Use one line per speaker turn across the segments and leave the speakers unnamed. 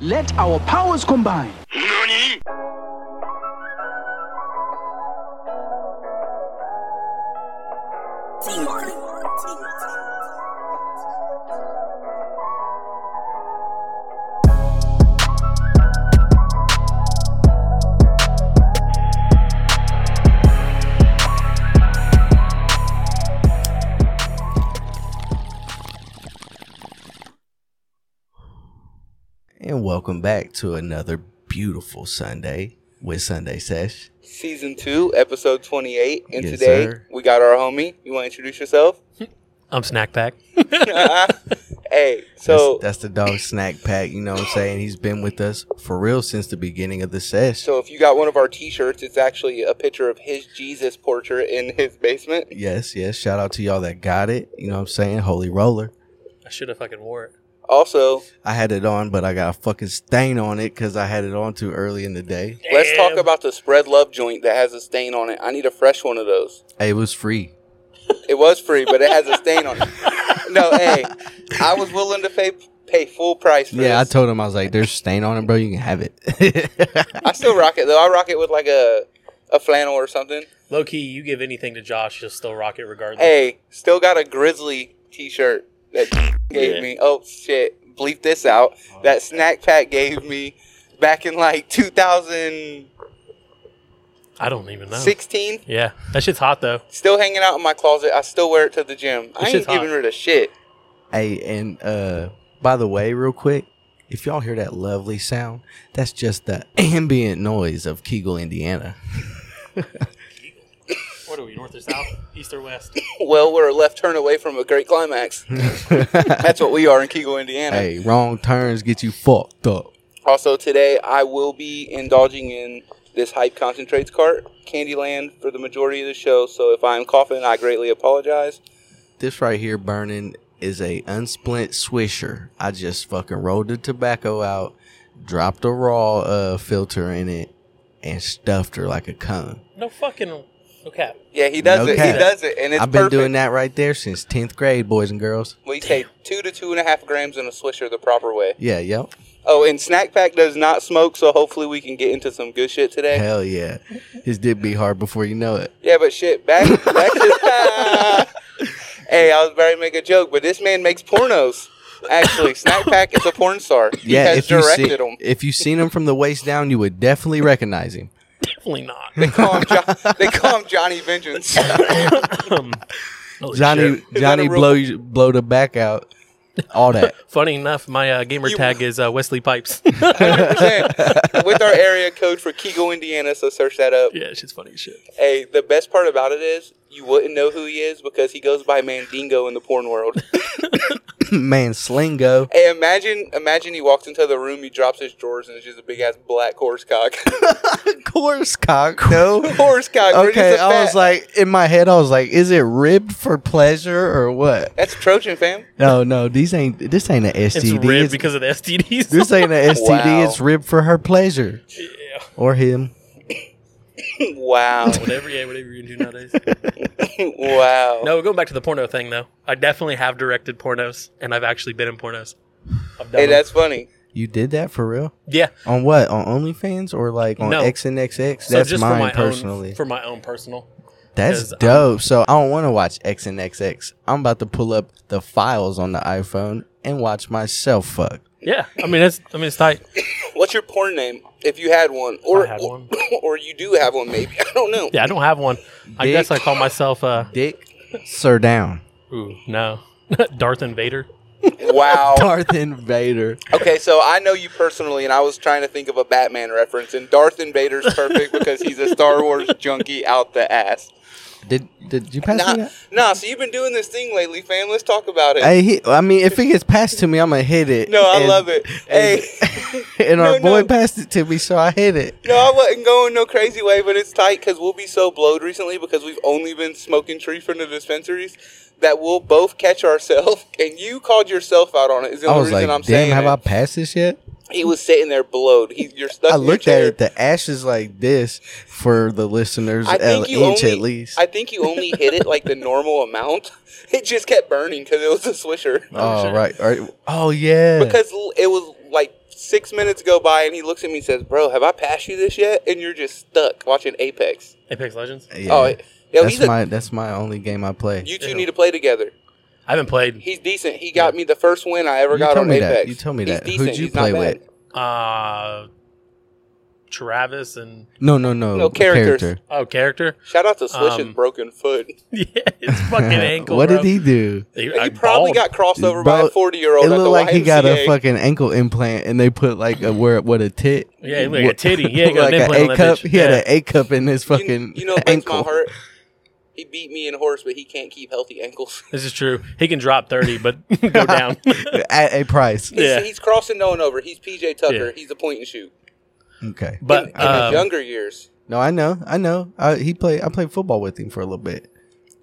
Let our powers combine.
And welcome back to another beautiful Sunday with Sunday Sesh.
Season 2, episode 28. And
Yes,
today
sir.
we got our homie. You want to introduce yourself?
I'm snack pack.
hey, so
that's, that's the dog snack pack, you know what I'm saying? He's been with us for real since the beginning of the sesh.
so if you got one of our t-shirts, it's actually a picture of his Jesus portrait in his basement.
Yes, yes. Shout out to y'all that got it. You know what I'm saying? Holy roller.
I should have fucking wore it.
Also,
I had it on, but I got a fucking stain on it because I had it on too early in the day.
let's talk
Damn.
about the spread love joint that has a stain on it. I need a fresh one of those.
It was free.
It was free, but it has a stain on it. No, hey, I was willing to pay pay full price for
Yeah, I
this.
told him I was like, "There's stain on it, bro. You can have it."
I still rock it though. I rock it with like a a flannel or something.
Low key, you give anything to Josh, he'll still rock it regardless.
Hey, still got a Grizzly T-shirt that gave
Yeah.
me. Oh shit! Bleep this out.
Oh,
That snack pack gave me back in like 2016.
I don't even know. Yeah, that shit's hot though.
Still hanging out in my closet. I still wear it to the gym. I
That
ain't
shit's
giving
hot.
rid of shit.
Hey, and uh by the way, real quick, if y'all hear that lovely sound, that's just the ambient noise of Kegel, Indiana.
What are we, north or south, east or west?
Well, we're a left turn away from a great climax. That's what we are in Kegel, Indiana.
hey, wrong turns get you fucked up.
Also, today I will be indulging in this hype concentrates cart, Candyland, for the majority of the show. So if I'm coughing, I greatly apologize.
This right here burning is a unsplint swisher. I just fucking rolled the tobacco out, dropped a raw uh filter in it, and stuffed her like a cone.
No fucking. No cap.
Yeah, he does
No
it.
cap.
He does it, and it's
I've been
perfect.
doing that right there since tenth grade, boys and girls.
Well, you say two to two and a half grams in a swisher the proper way.
Yeah, yep.
Oh, and Snack Pack does not smoke, so hopefully we can get into some good shit today.
Hell yeah. His did be hard before you know it.
Yeah, but shit, back, back to. hey, I was about to make a joke, but this man makes pornos. Actually, Snack Pack is a porn star. He
yeah,
has
if you see,
directed them.
if you seen him from the waist down, you would definitely recognize him.
Definitely not.
They call him, jo- they call him Johnny Vengeance.
Um, Holy
Johnny
shit.
that
Johnny
a real-
blow you- blow the back out, all that.
Funny enough, my uh, gamer
You-
tag is uh, Wesley Pipes.
100%. With our area code for Kegel, Indiana, so search that up.
yeah, shit's funny as shit.
Hey, the best part about it is you wouldn't know who he is because he goes by Mandingo in the porn world.
Man, slingo.
Hey, imagine, imagine he walks into the room, he drops his drawers, and it's just a big ass black horse cock.
Course cock. No.
horse cock. where
Okay,
just a
I was
fat-
like in my head, I was like, is it ribbed for pleasure or what?
that's Trojan fam.
No, no, these ain't this ain't an
It's
STD.
red
It's-
because of the STDs.
this ain't an STD.
Wow.
It's ribbed for her pleasure
yeah.
or him.
Wow,
Whatever, yeah, whatever you do nowadays.
wow.
no, going back to the porno thing though. I definitely have directed pornos, and I've actually been in pornos. I've done
hey,
them.
that's funny.
You did that for real?
yeah.
On what? On OnlyFans or like on
No.
XNXX?
So
That's
just
mine
for my
personally.
own, for my own personal.
That's
'Cause I'm-
dope. so I don't want to watch X and XX. I'm about to pull up the files on the iPhone and watch myself fuck.
Yeah, I mean it's I mean it's tight.
What's your porn name if you had one, or
I had one.
or you do have one? Maybe I don't know.
Yeah, I don't have one. I
Dick.
guess I call myself uh
Dick, sir down.
ooh, no. Darth Invader.
Wow.
Darth Invader.
Okay, so I know you personally, and I was trying to think of a Batman reference, and Darth Invader's perfect because he's a Star Wars junkie out the ass.
Did did you pass
Nah,
me that?
nah. So you've been doing this thing lately, fam. Let's talk about it.
Hey, he, I mean, if it gets passed to me, I'm gonna hit it.
no, I
And-
love it.
and-
Hey.
and
No,
our boy
no.
passed it to me, so I hit it.
No, I wasn't going no crazy way, but it's tight because we'll be so blowed recently because we've only been smoking tree from the dispensaries that we'll both catch ourselves. And you called yourself out on it. Is the
I
only
was
reason
like,
I'm
damn,
saying
have
it.
I passed this yet?
He was sitting there blowed. He, you're stuck.
I
in your
looked at
chair.
it. The ashes like this for the listeners,
I
an
think you
inch
only,
at least.
I think you only hit it like the normal amount. It just kept burning because it was a swisher.
oh right, right. Oh yeah.
Because l- it was like Six minutes go by and he looks at me and says, "Bro, have I passed you this yet?" And you're just stuck watching Apex.
Apex Legends.
Yeah.
Oh, yo,
that's
he's a,
my that's my only game I play.
you
Ew.
two need to play together.
I haven't played.
He's decent. He got me the first win I ever
You
got
told
on
me that.
Apex.
You told me
He's
that. Who'd
decent.
you
He's not
play
bad.
with?
Uh, Travis and
no, no, no.
No, characters.
Character.
oh, character.
Shout out to Swish's
Um,
broken foot.
yeah, it's fucking ankle.
what
bro.
did he do?
He,
He
I
probably
balled.
got crossed over by
Bro,
a 40 year
It
old. at
looked
the
like he got a
YMCA.
fucking ankle implant, and they put like a where what a tit.
Yeah, like a
What-
titty. Yeah, he got
like
an
an
implant on
A
that
cup.
bitch.
He had
Yeah.
an A cup in his
You-
fucking
You know, it breaks my
ankle.
heart. He beat me in horse, but he can't keep healthy ankles.
This is true. He can drop thirty, but go down.
At a price.
He's,
Yeah.
he's crossing no one over. He's PJ Tucker.
Yeah.
He's a point and shoot.
Okay.
but
in, in his
um,
younger years,
No, I know, I know. I, he played. I played football with him for a little bit.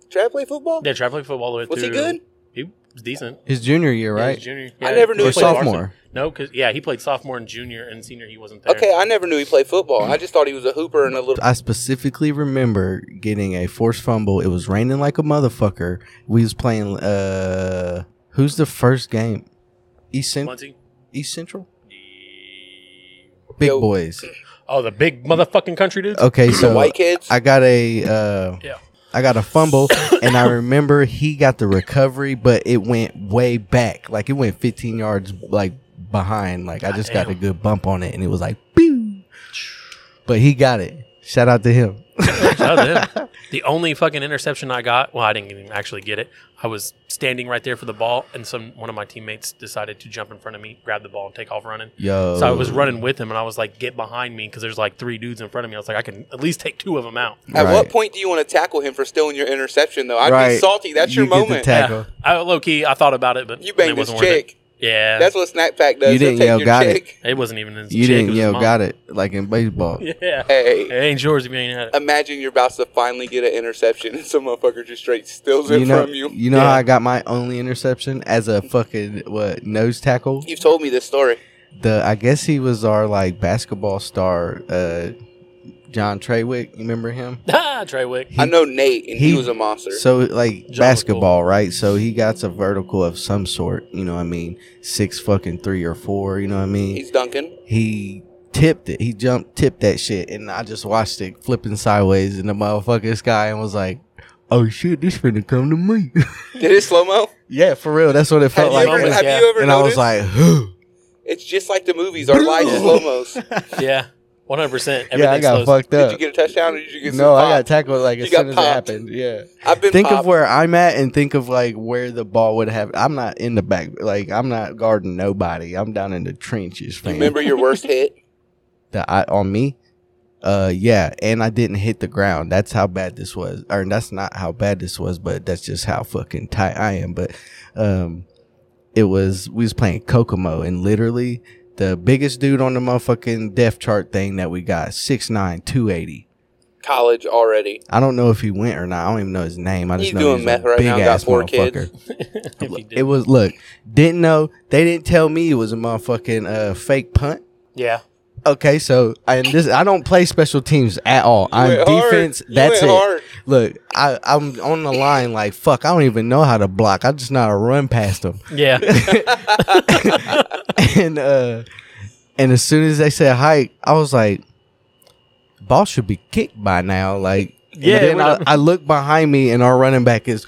Trav play football.
yeah, traveling football all the way
Was he
through.
good?
He was decent.
His junior year,
Yeah, he was
right?
junior.
I never
he
knew
or
he
played varsity.
sophomore.
No, because yeah, he played sophomore and junior and senior. He wasn't there.
Okay, I never knew he played football. I just thought he was a hooper and a little.
I specifically remember getting a forced fumble. It was raining like a motherfucker. We was playing. uh Who's the first game? East Central.
Muncie?
East Central. Big
Yo.
boys.
Oh, the big motherfucking country dudes.
Okay,
the
so
white kids.
I got a. uh
Yeah.
I got a fumble, and I remember he got the recovery, but it went way back. Like it went 15 yards, like behind. Like I just got a
Goddamn.
good bump on it, and it was like, pew. but he got it. Shout out to him.
Shout out to him. The only fucking interception I got, well, I didn't even actually get it. I was standing right there for the ball, and some one of my teammates decided to jump in front of me, grab the ball, and take off running.
Yo,
So I was running with him, and I was like, "Get behind me," because there's like three dudes in front of me. I was like, "I can at least take two of them out."
At what
Right.
point do you want to tackle him for stealing your interception, though? I'd be
Right.
salty. That's
You
your
get the
moment.
tag.
Yeah.
Tackle.
I, low key, I thought about it, but
You
it
banged this
wasn't worth it.
chick.
Yeah,
That's what Snack Pack does.
You
They'll
didn't
take
yell,
your
got it.
chick.
it wasn't even his.
you
chick,
didn't
was his
yell.
mom.
Got it like in baseball.
Yeah,
Hey.
it ain't yours if you ain't had it.
Imagine you're about to finally get an interception and some motherfucker just straight steals it
You know,
from you.
you know
Yeah.
how I got my only interception as a fucking what nose tackle.
You've told me this story.
The I guess he was our like basketball star, uh, John Treywick. You remember him?
Ah, Trey Wick.
I know Nate, and he,
he-
was a monster.
So like
John
basketball, right? So he got a vertical of some sort. You know what I mean? Six fucking three or four. You know what I mean?
He's Duncan.
he tipped it. He jumped, tipped that shit, and I just watched it flipping sideways in the motherfucking sky and was like, "Oh shit, this finna come to me."
Did it slow mo?
yeah, for real. That's what it
Have,
felt
you
like.
ever,
And-
have
yeah.
you ever
and I was
noticed?
like,
it's just like the movies. Our lives is slow mos.
Yeah, one hundred percent.
"Yeah, I got fucked
Did
up."
you get a touchdown or did you get some
no, I got
pop?
tackled like
You
as
got
soon as it
popped.
happened. Yeah.
I've been
Think
popped.
of where I'm at and think of like where the ball would have. I'm not in the back. Like I'm not guarding nobody. I'm down in the trenches.
You
Fam.
remember your worst hit?
that I on me. Uh yeah, and I didn't hit the ground. That's how bad this was. Or that's not how bad this was, but that's just how fucking tight I am. But um it was we was playing Kokomo and literally the biggest dude on the motherfucking death chart thing that we got, 6'9, 280.
College already.
I don't know if he went or not. I don't even know his name. I just
He's
know
doing
he's
meth
a
right
big
now and got
ass
four
motherfucker.
kids.
If he did.
It was look, didn't know they didn't tell me it was a motherfucking uh fake punt.
yeah,
Okay, so and this I don't play special teams at all.
You
I'm
went hard.
defense.
You
That's it.
went hard.
Look, I I'm on the line like fuck. I don't even know how to block. I just know how to run past them.
yeah.
and uh, and as soon as they said hike, I was like, ball should be kicked by now. Like and
Yeah,
Then
we're
I,
not-
I look behind me and our running back is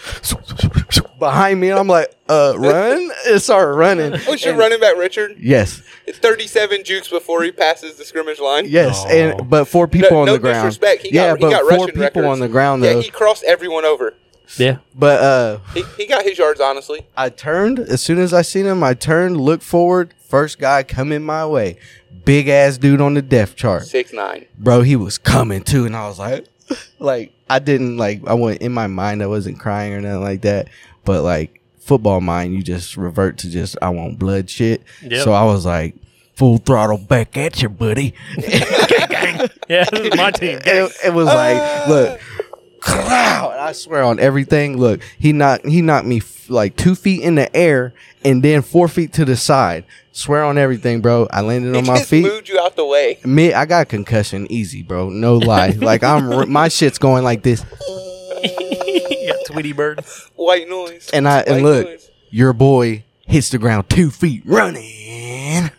behind me. And I'm like, uh, run. It started running.
What's your
And-
Oh, running back, Richard?
Yes,
It's 37 jukes before he passes the scrimmage line.
yes,
No.
and but four people
no,
on
no
the ground.
disrespect. He
yeah,
got, he
but
got
four
rushing
people
records.
on the ground
Yeah,
though.
he crossed everyone over.
yeah.
But uh
He, he got his yards, honestly.
I turned as soon as I seen him, I turned, looked forward, first guy coming my way. Big ass dude on the death chart.
Six nine.
Bro, he was coming too and I was like like I didn't like I went in my mind I wasn't crying or nothing like that, but like football mind you just revert to just I want blood shit.
Yep.
So I was like full throttle back at you, buddy.
Yeah, this is my team.
it, it was like, look, cloud. I swear on everything. Look, he knocked he knocked me f- like two feet in the air and then four feet to the side. Swear on everything, bro. I landed
He
on my
just
feet.
moved you out the way.
Me, I got concussion easy, bro. No lie. like I'm, r- my shit's going like this,
yeah, Tweety Bird.
White noise.
and I
White
and look,
noise.
your boy hits the ground two feet running.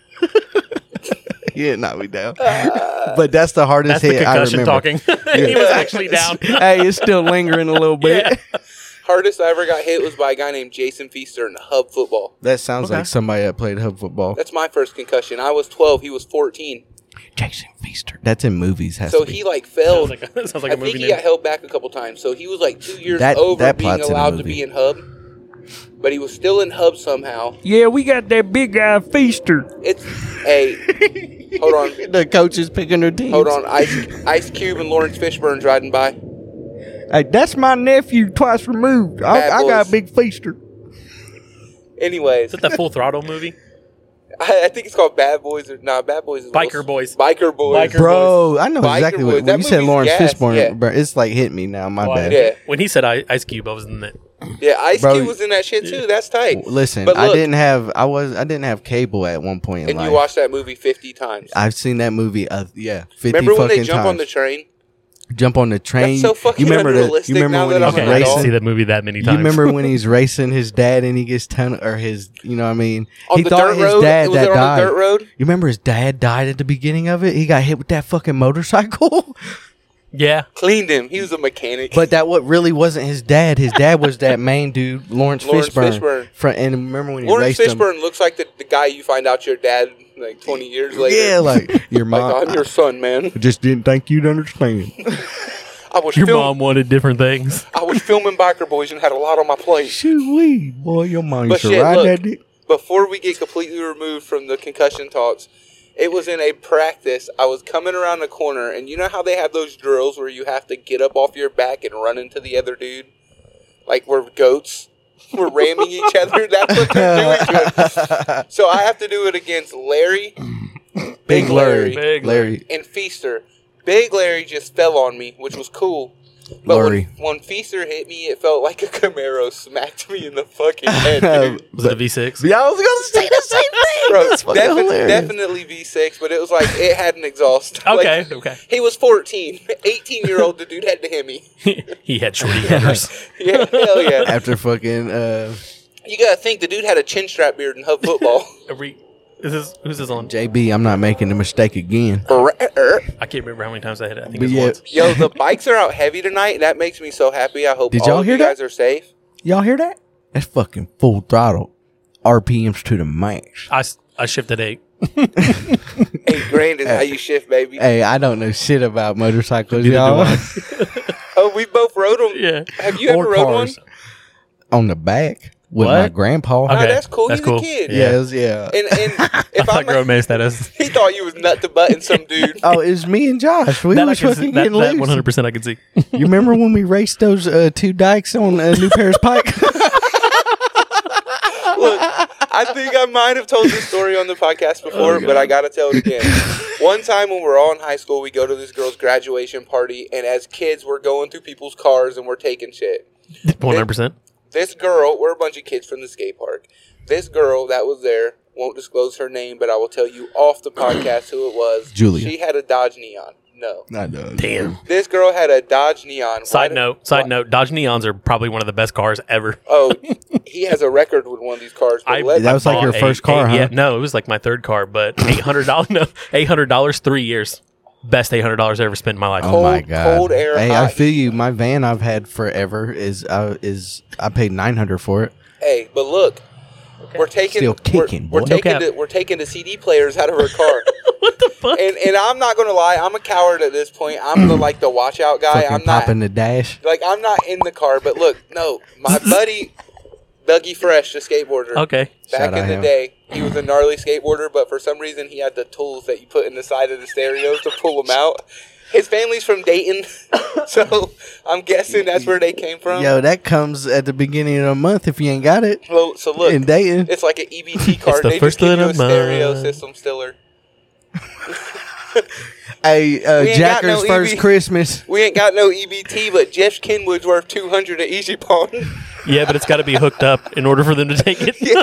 You didn't knock me down. but that's the hardest
That's the
hit I
concussion
remember.
talking. he was actually down.
hey, it's still lingering a little bit.
Yeah.
Hardest I ever got hit was by a guy named Jason Feaster in hub football.
That sounds
Okay.
like somebody that played hub football.
That's my first concussion. I was 12. He was 14.
Jason Feaster. That's in movies. Has
So
to be.
he like failed.
Sounds like a, sounds like
I
a
think
movie
he
name.
got held back a couple times. So he was like two years
That-
over
that
being
plot's in the
allowed to
movie.
be in hub, but he was still in hub somehow.
Yeah, we got that big guy Feaster.
It's a hold on,
the coach is picking their teams.
hold on. Ice Ice Cube and Lawrence Fishburne's riding by.
Hey, that's my nephew, twice removed. I,
Bad
I got
boys.
a big Feaster.
Anyways,
Is it that Full Throttle movie?
I, I think it's called Bad Boys. Or, nah, Bad Boys is
Biker Boys.
Biker Boys.
Biker
Bro, I know
Biker
exactly
Boys.
what
That
when you said.
movie's
Lawrence
gas,
Fishburne.
yeah.
Bro, it's like hit me now. My
Why?
bad.
Yeah,
When he said I, Ice Cube, I was in that.
yeah. Ice
Bro,
Cube was in that shit too. That's tight.
Listen,
But
I
look-
didn't have. I was. I didn't have cable at one point in
And
life.
you watched that movie fifty times.
I've seen that movie. Uh, yeah, fifty
Remember when
fucking
they jump
times.
on the train?
jump on the train.
so fucking
you remember the,
unrealistic
You remember
now
when
that
he's
I'm an
Okay, I used to
adult.
racing?
see that movie that many
You
times.
remember when he's racing his dad and he gets ton or his you know what I mean
On
he
the
thought
dirt
his
road?
dad
Was
that
it on the
died.
dirt road?
You remember his dad died at the beginning of it? He got hit with that fucking motorcycle.
Yeah.
Cleaned him. He was a mechanic.
But that what really wasn't his dad. His dad was that main dude, Lawrence,
Lawrence
Fishburne.
Fishburne.
Fr- and remember when he raced
Lawrence
him?
Fishburne looks like the, the guy you find out your dad like twenty years later.
Yeah, like your mom.
Like, I'm your son, man.
I just didn't think you'd understand.
I was
Your
film-
mom wanted different things.
I was filming Biker Boys and had a lot on my plate.
Shoot, we boy, your mom
But
used to
shit,
ride
look.
that dick.
Before we get completely removed from the concussion talks, it was in a practice. I was coming around the corner, and you know how they have those drills where you have to get up off your back and run into the other dude? Like we're goats. We're ramming each other. That's what they're doing to us. So I have to do it against Larry, Big Larry,
Big
Larry.
and Feaster. Big Larry just fell on me, which was cool. But
Larry.
When, when Feaster hit me, it felt like a Camaro smacked me in the fucking head, dude.
Was it a V6?
Yeah, I was gonna say the same
Bro,
That's fucking
defi-
hilarious.
definitely V6, but it was like it had an exhaust. Like,
Okay, okay.
He was 14. 18 year old, the dude had the Hemi.
he had shorty headers.
Yeah, hell yeah.
After fucking uh,
You gotta think the dude had a chin strap beard in hub football.
Every, is this, who's this on?
JB, I'm not making the mistake again.
I can't remember how many times I hit it. I think
But
it's
yeah.
once.
Yo, the bikes are out heavy tonight, and that makes me so happy. I hope
Did y'all
all of
hear
you guys
that?
are safe.
Y'all hear that? That's fucking full throttle. RPMs to the max.
I, s- I shifted eight.
Eight grand is how you shift, baby.
Hey, I don't know shit about motorcycles,
Neither do
y'all.
I.
Oh, we both rode them.
Yeah.
Have you ever rode one?
On the back with my
What?
grandpa.
No,
Okay,
that's cool.
that's
He's a
cool.
kid.
Yeah, it was- yeah.
And, and
I
if
thought
I'm
grown man status.
he thought you was nut to butt in some dude.
Oh, it was me and Josh. We
That I
was
can see.
fucking
That, that
getting loose.
100% I can see.
You remember when we raced those uh, two dikes on uh, New Paris Pike?
Look, I think I might have told this story on the podcast before, but I gotta tell it again. One time when we're all in high school, we go to this girl's graduation party, and as kids, we're going through people's cars and we're taking shit.
100%.
This girl, we're a bunch of kids from the skate park. This girl that was there won't disclose her name, but I will tell you off the podcast who it was.
Julia.
She had a Dodge Neon. No,
I know.
Damn.
this girl had a Dodge Neon.
Side
Why-
note, side note, Dodge Neons are probably one of the best cars ever.
Oh, he has a record with one of these cars. But
I-
let-
That was like your
Bought
first car, huh?
Yeah, no, it was like my third car, but eight hundred dollars, no, eight hundred dollars, three years, best eight hundred dollars I ever spent in my life.
Oh my
Cold-
god!
cold air,
hey, I
hot
feel you. My van I've had forever is uh, is I paid nine hundred for it.
Hey, but look, we're taking
Still
we're-
kicking,
We're,
boy.
taking
Okay.
the, we're taking the CD players out of her car.
What the fuck?
and and I'm not gonna lie, I'm a coward at this point. I'm the like the watch out guy.
Fucking
I'm not
popping the dash.
like I'm not in the car. But look, no, my buddy Dougie Fresh, the skateboarder.
Okay,
Back
Shout out
in the
him.
day, he was a gnarly skateboarder, but for some reason, he had the tools that you put in the side of the stereos to pull them out. His family's from Dayton, so I'm guessing that's where they came from.
Yo, that comes at the beginning of the month if you ain't got it
Well, so look,
in Dayton.
It's like an EBT card.
the
they
first
just give you a
little
stereo
mile.
system stiller.
Hey, uh,
We ain't got
Jacker's
no E
first
EV.
Christmas.
We ain't got no EBT, but Jeff Kenwood's worth two hundred at Easy Pawn.
yeah, but it's got to be hooked up in order for them to take it.
yeah,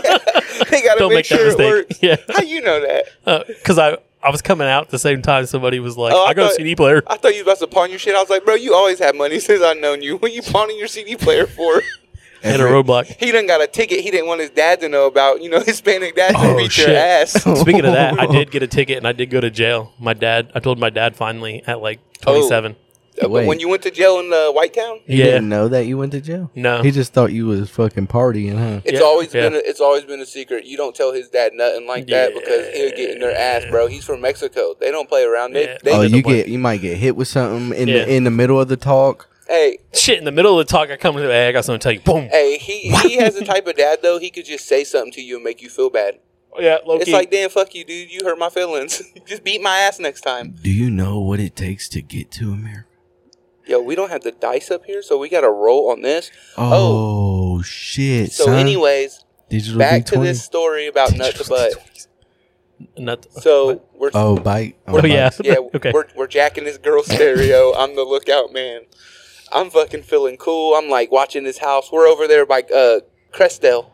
they gotta
Don't
make,
make that
sure it
mistake.
works.
Yeah.
How you know that?
because Uh, I I was coming out at the same time. Somebody was like,
Oh, I
"I got a
thought-
CD player."
I thought you was about to pawn your shit. I was like, bro, you always have money since I've known you. What you pawning your CD player for?
and a roadblock.
He done got a ticket he didn't want his dad to know about. You know, Hispanic dad to
Oh,
beat
shit.
your ass.
Speaking of that, I did get a ticket and I did go to jail. My dad, I told my dad finally at like
Oh.
27.
But
Wait.
when you went to jail in uh, White Town,
He
Yeah.
didn't know that you went to jail.
No.
He just thought you was fucking partying, huh?
it's
Yeah,
always
yeah.
been a, it's always been a secret. You don't tell his dad nothing like that because he'll get in their ass, bro. He's from Mexico. They don't play around. They,
Yeah.
they
oh,
did
you
the play.
get you might get hit with something in
Yeah.
the in the middle of the talk.
hey
Shit, in the middle of the talk, I come to, hey, I got something to tell you. Boom.
hey he he has the type of dad though. He could just say something to you and make you feel bad.
Yeah, low
It's
key.
like damn, fuck you, dude. You hurt my feelings. just beat my ass next time.
Do you know what it takes to get to America?
Yo, we don't have the dice up here, so we got to roll on this.
Oh, shit!
So,
son.
anyways,
digital
back to
D20?
this story about nut to butt.
Not
So we're
Oh, bite.
oh, yeah.
yeah,
okay.
we're we're jacking this girl's stereo. I'm the lookout man. I'm fucking feeling cool. I'm like watching this house. We're over there by uh Crestdale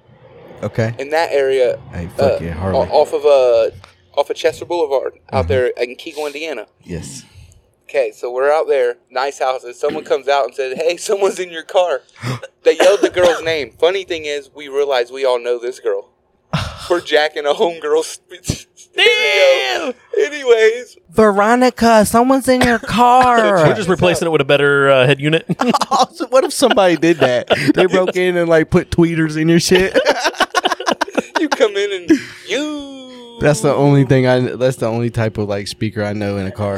Okay.
in that area,
Hey,
uh,
fuck yeah,
o-
Harley.
off of uh off of Chester Boulevard out there in Keego, Indiana.
yes.
Okay, so we're out there, nice houses. Someone comes out and says, "Hey, someone's in your car." They yelled the girl's name. Funny thing is, we realize we all know this girl. We're jacking a homegirl's stereo. Anyways,
Veronica, someone's in your car.
We're just replacing it with a better uh, head unit.
Also, what if somebody did that? They broke in and like put tweeters in your shit.
you come in and you.
That's the only thing I. That's the only type of like speaker I know in a car.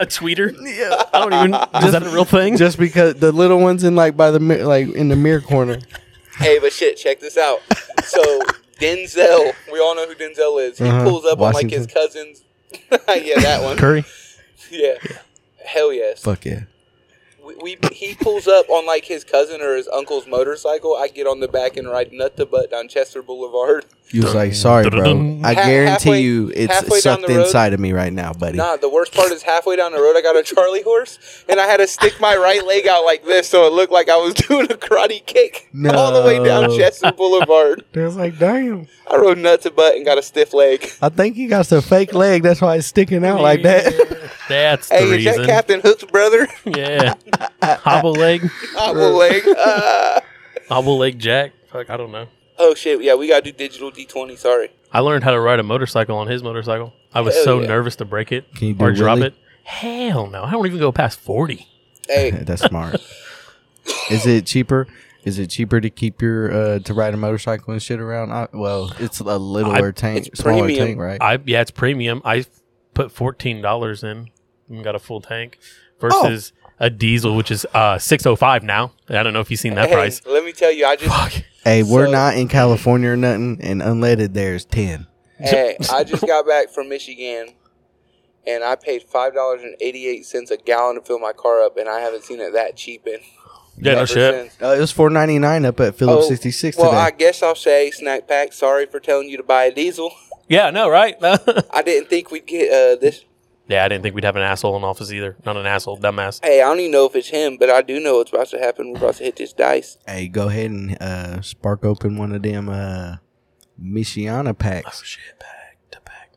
a tweeter? Yeah. I don't even. Is that a real thing?
Just because the little ones in like by the mir- like in the mirror corner.
Hey, but shit, check this out. So Denzel, we all know who Denzel is. He
Uh-huh.
pulls up on like his
Washington.
cousins. yeah, that one.
Curry.
Yeah. Hell yes.
Fuck yeah.
We, we he pulls up on like his cousin or his uncle's motorcycle. I get on the back and ride nut to butt down Chester Boulevard.
You was like, sorry, bro.
Dun-dun-dun.
I
Ha-
guarantee
halfway-
you,
halfway
it's
down the
sucked
road.
inside of me right now, buddy.
Nah, the worst part is halfway down the road, I got a Charlie horse, and I had to stick my right leg out like this, so it looked like I was doing a karate kick all the way down
No.
Chester Boulevard.
They was like, damn.
I rode nut to butt and got a stiff leg.
I think he got some fake leg. That's why it's sticking out like that.
That's the
Hey, is
reason.
that Captain Hook's brother?
yeah. Hobble leg.
Hobble leg. Ah.
Hobble leg Jack. Fuck, I don't know.
oh shit! Yeah, we gotta do digital D twenty. Sorry.
I learned how to ride a motorcycle on his motorcycle. I was
Hell
so
yeah.
nervous to break it
Can you do
or drop
wheelie?
it. Hell no. I don't even go past 40.
Hey,
That's smart. Is it cheaper? Is it cheaper to keep your uh, to ride a motorcycle and shit around? I, well, it's a littler tank,
it's
smaller
premium.
tank, right?
I yeah, it's premium. I put fourteen dollars in and got a full tank versus a diesel, which is uh six oh five now. I don't know if you've seen that
hey,
price.
let me tell you, I just
Fuck.
hey, we're
so-
not in California or nothing, and unleaded there is ten.
hey, I just got back from Michigan, and I paid five dollars and eighty eight cents a gallon to fill my car up, and I haven't seen it that cheap in.
Yeah, no
ever
shit.
since.
Uh, it was four ninety nine up at Phillips
Oh,
sixty six
Well,
today.
I guess I'll say snack pack. Sorry for telling you to buy a diesel.
Yeah, no, right? yeah,
I didn't think we'd get uh, this.
I didn't think we'd have an asshole in office either. Not an asshole, dumbass.
Hey, I don't even know if it's him, but I do know what's about to happen. We're about to hit this dice.
hey, go ahead and uh, spark open one of them uh, Michiana packs.
Shit, back to back,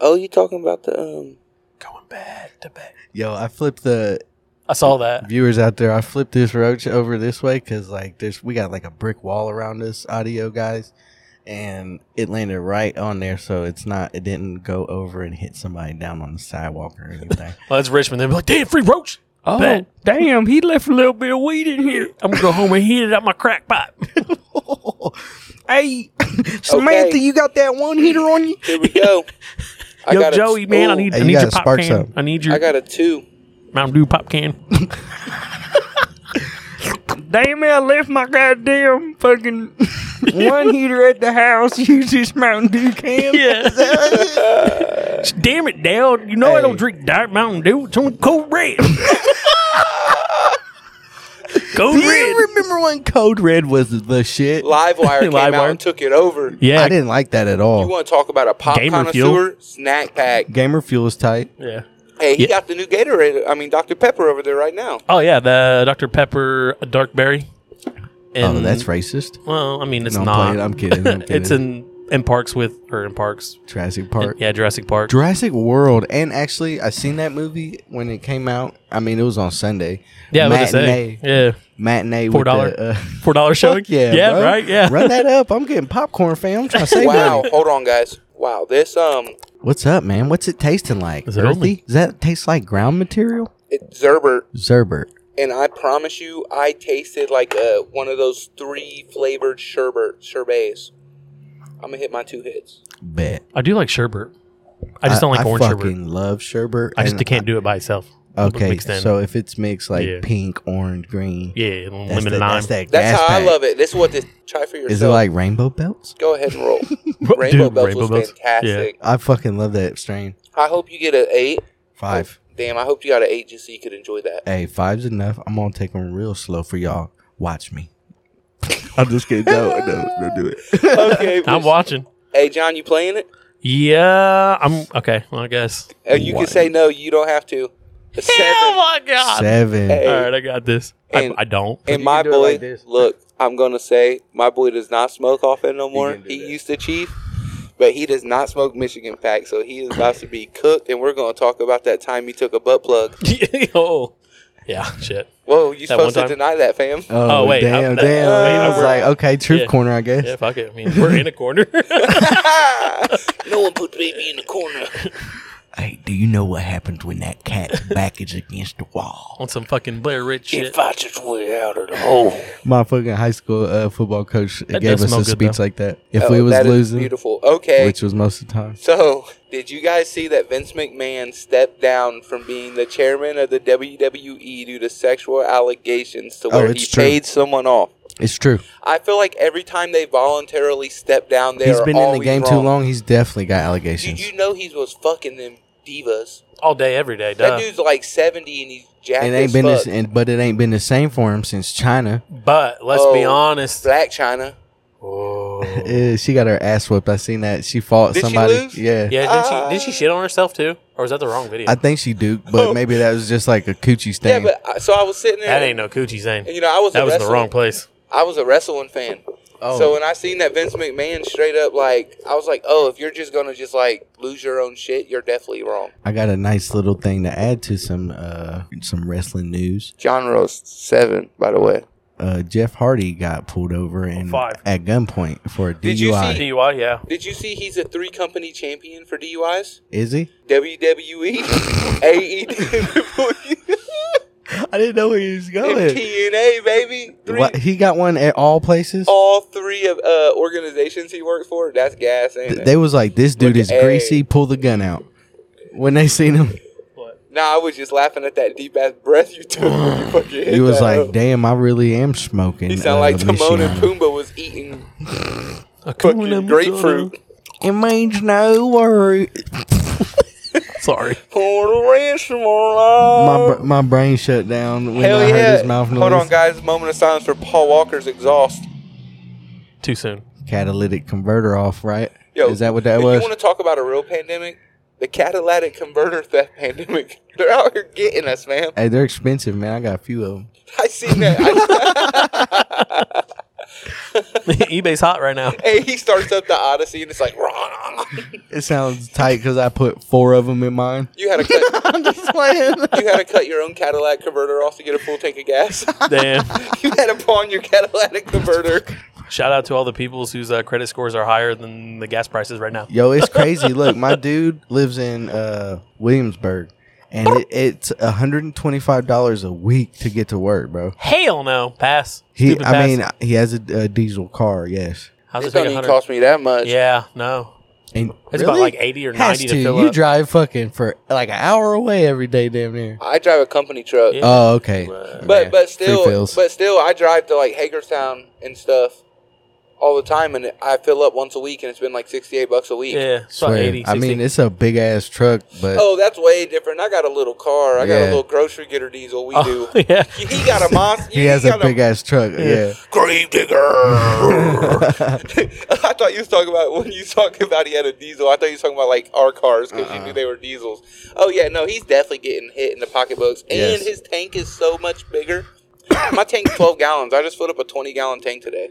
Oh, you talking about the um?
going back to back.
Yo, I flipped the
I saw that.
viewers out there, I flipped this roach over this way because like there's we got like a brick wall around us, audio guys, and it landed right on there, so it's not it didn't go over and hit somebody down on the sidewalk or anything.
Well, that's Richmond. They'd be like, damn, free roach.
Oh,
Bet.
damn, he left a little bit of weed in here.
I'm gonna go home and heat it up my crack pipe.
Hey,
Samantha,
you got that one heater on you?
Here we go. I
Yo,
got a-
Joey, man, I
ooh,
need,
Hey,
I
you
need
gotta
your pop
spark
can.
something.
I need your
I got a two.
Mountain Dew pop can.
Damn it, I left my goddamn fucking one heater at the house. Use this Mountain Dew can.
Yeah. Damn it, Dale. You know I don't drink Diet Mountain Dew. It's only Code Red. Code
Do you
Red.
remember when Code Red was the shit?
Livewire came out
Livewire.
and took it over.
Yeah.
I didn't like that at
You
all.
want to talk about a pop
Gamer
connoisseur? Snack pack.
Gamer Fuel is tight.
yeah.
Hey, he
Yeah.
got the new Gatorade. I mean, Dr. Pepper over there right now.
Oh yeah, the Dr Pepper Dark Berry.
oh, that's racist.
Well, I mean, it's
No, I'm
not.
playing. I'm kidding. I'm
it's
kidding.
in in parks with or in parks.
Jurassic Park.
Yeah, Jurassic Park.
Jurassic World, and actually, I seen that movie when it came out. I mean, it was on Sunday.
yeah, what they
matinee,
say. Yeah,
matinee. with
$4.
the, uh,
four dollars showing.
Fuck yeah,
yeah,
bro.
right. Yeah,
Run that up. I'm getting popcorn, fam. I'm trying to save
Wow,
money.
hold on, guys. Wow, this um,
What's up, man? What's it tasting like?
Is it
Earthy?
only-
Does that taste like ground material?
it, Zerbert,
Zerbert.
and I promise you, I tasted like uh one of those three flavored sherbet sherbets. I'm gonna hit my two hits.
Bet.
I do like sherbet. I just don't like orange
I
sherbet.
fucking love sherbet.
I just
and
can't do it by itself.
I- okay,
mixed in.
so if it's mixed like
Yeah.
pink, orange, green,
Yeah, lemon
that's
and
that,
lime.
that's that
That's
gas
how I
pack.
love it. This is what this try for yourself.
Is it like rainbow belts?
Go ahead and roll. Rainbow
Dude,
Belts
Rainbow
was
Belts.
fantastic.
I fucking love that strain.
I hope you get an eight.
Five.
Damn, I hope you got an eight just so you could enjoy that.
Hey, five's enough. I'm gonna take them real slow for y'all. Watch me. I'm just kidding. No, no, no, do it.
okay.
I'm watching.
hey, John, you playing it?
Yeah, I'm okay. Well, I guess.
Uh, you
One.
can say no. You don't have to. A
Oh
Seven.
my god!
Seven.
Hey.
All right, I got this.
And-
I, I don't.
And
You
my
can do it
boy,
like this.
look, I'm gonna say my boy does not smoke off it no more.
can do
He,
that.
used to chief, but he does not smoke Michigan pack, so he is about to be cooked. And we're gonna talk about that time he took a butt plug.
oh, yeah. Shit.
Whoa, you
That one
supposed to
time?
deny that, fam?
Oh,
Oh, wait,
damn,
I- that-
damn.
wait, I
it's
work-
like okay, truth
Yeah.
corner, I guess.
Yeah. Fuck it. I mean, we're in a corner.
no one put baby in the corner.
Hey, do you know what happens when that cat's back is against the wall?
on some fucking Blair Rich shit.
If I just went out of the hole,
My fucking high school uh, football coach gave
does
us a
smell good,
speech
though.
like that. If
Oh,
we was
that is
losing,
beautiful. Okay,
which was most of the time.
So, did you guys see that Vince McMahon stepped down from being the chairman of the WWE due to sexual allegations to
Oh,
where
it's
he
true.
paid someone off?
It's true.
I feel like every time they voluntarily step down, they
He's
are
been in the
always
game too
wrong.
long. He's definitely got
Dude,
allegations.
you know he was fucking them divas.
All day, every day. Duh.
That dude's like seventy and he's jacked
It
as
ain't been,
fuck.
this, and, but it ain't been the same for him since China.
But let's be
Oh.
honest.
Black China.
Oh.
Yeah, she got her ass whipped. I seen that. She fought
Did she
somebody.
lose?
Yeah.
Yeah, did she
Uh,
did she shit on herself too, or was that the wrong video?
I think she duked, but maybe that was just like a coochie stain.
Yeah, but I, so I was sitting there.
that ain't no coochie thing.
and, you know, I was a
That was the
wrestling-
wrong place.
I was a wrestling fan.
oh,
So when I seen that Vince McMahon straight up like, I was like, oh, if you're just gonna just like lose your own shit, you're definitely wrong.
I got a nice little thing to add to some uh, some wrestling news.
John Rose seven, by the way.
Uh, Jeff Hardy got pulled over and
five.
at gunpoint for a DUI.
Did you see-
DUI, yeah.
Did you see he's a three company champion for DUIs?
Is he?
WWE, E AEW,
I didn't know where he was
and TNA, baby. Three,
What, he got one at all places.
all three of uh, organizations he works for. That's gas, ain't
Th-
it?
they was like, "This dude
Look
is
at-
greasy. Pull the gun out." When they seen him,
nah, I was just laughing at that deep ass breath you took. when you fucking hit
he was
that
like,
up.
"Damn, I really am smoking."
He sounded
uh,
like Timon
Michiana."
and Pumbaa was eating
Hakuna
fucking grapefruit.
It means no worry.
Matata. Sorry.
For the rest of my life.
Oh.
my, br- my brain shut down when
Hell
I heard
yeah.
his mouth noise.
Hold on, guys. Moment of silence for Paul Walker's exhaust.
Too soon.
Catalytic converter off, right?
Yo,
Is that what that
if
was?
you want to talk about a real pandemic, the catalytic converter theft pandemic. They're out here getting us, man.
hey, they're expensive, man. I got a few of them.
I seen that. I-
eBay's hot right now.
hey, he starts up the Odyssey and it's like, "Wrong."
It sounds tight because I put four of them in mine.
you had to cut,
I'm just playing.
you had to cut your own Cadillac converter off to get a full tank of gas.
Damn.
you had to pawn your catalytic converter.
Shout out to all the peoples whose uh, credit scores are higher than the gas prices right now.
Yo, it's crazy. Look, my dude lives in uh, Williamsburg, and it, it's 125 dollars a week to get to work, bro.
Hell no. Pass.
He,
Stupid
I
pass.
mean, he has a, a diesel car, yes.
how's
It
it take
don't even
100?
cost me that much.
Yeah, no.
And
It's about like 80 or 90 to, fill
you
up.
drive fucking for like an hour away every day, damn near.
I drive a company truck.
Yeah.
Oh, okay.
But
Yeah,
but
free
still,
fills.
but still, I drive to like Hagerstown and stuff all the time, and I fill up once a week, and it's been like sixty eight bucks a week.
yeah, it's about
Swear.
80,
I
60.
mean, it's a big ass truck, but
Oh, that's way different. I got a little car. I got
Yeah.
a little grocery getter diesel. We
Oh,
do.
yeah.
He got a monster.
he has a big ass truck. Yeah.
grave digger. I thought you was talking about when you talking about he had a diesel. I thought you was talking about like our cars because
Uh-uh.
you knew they were diesels. Oh yeah, no, he's definitely getting hit in the pocketbooks, and
Yes.
his tank is so much bigger. My tank's twelve gallons. I just filled up a twenty gallon tank today.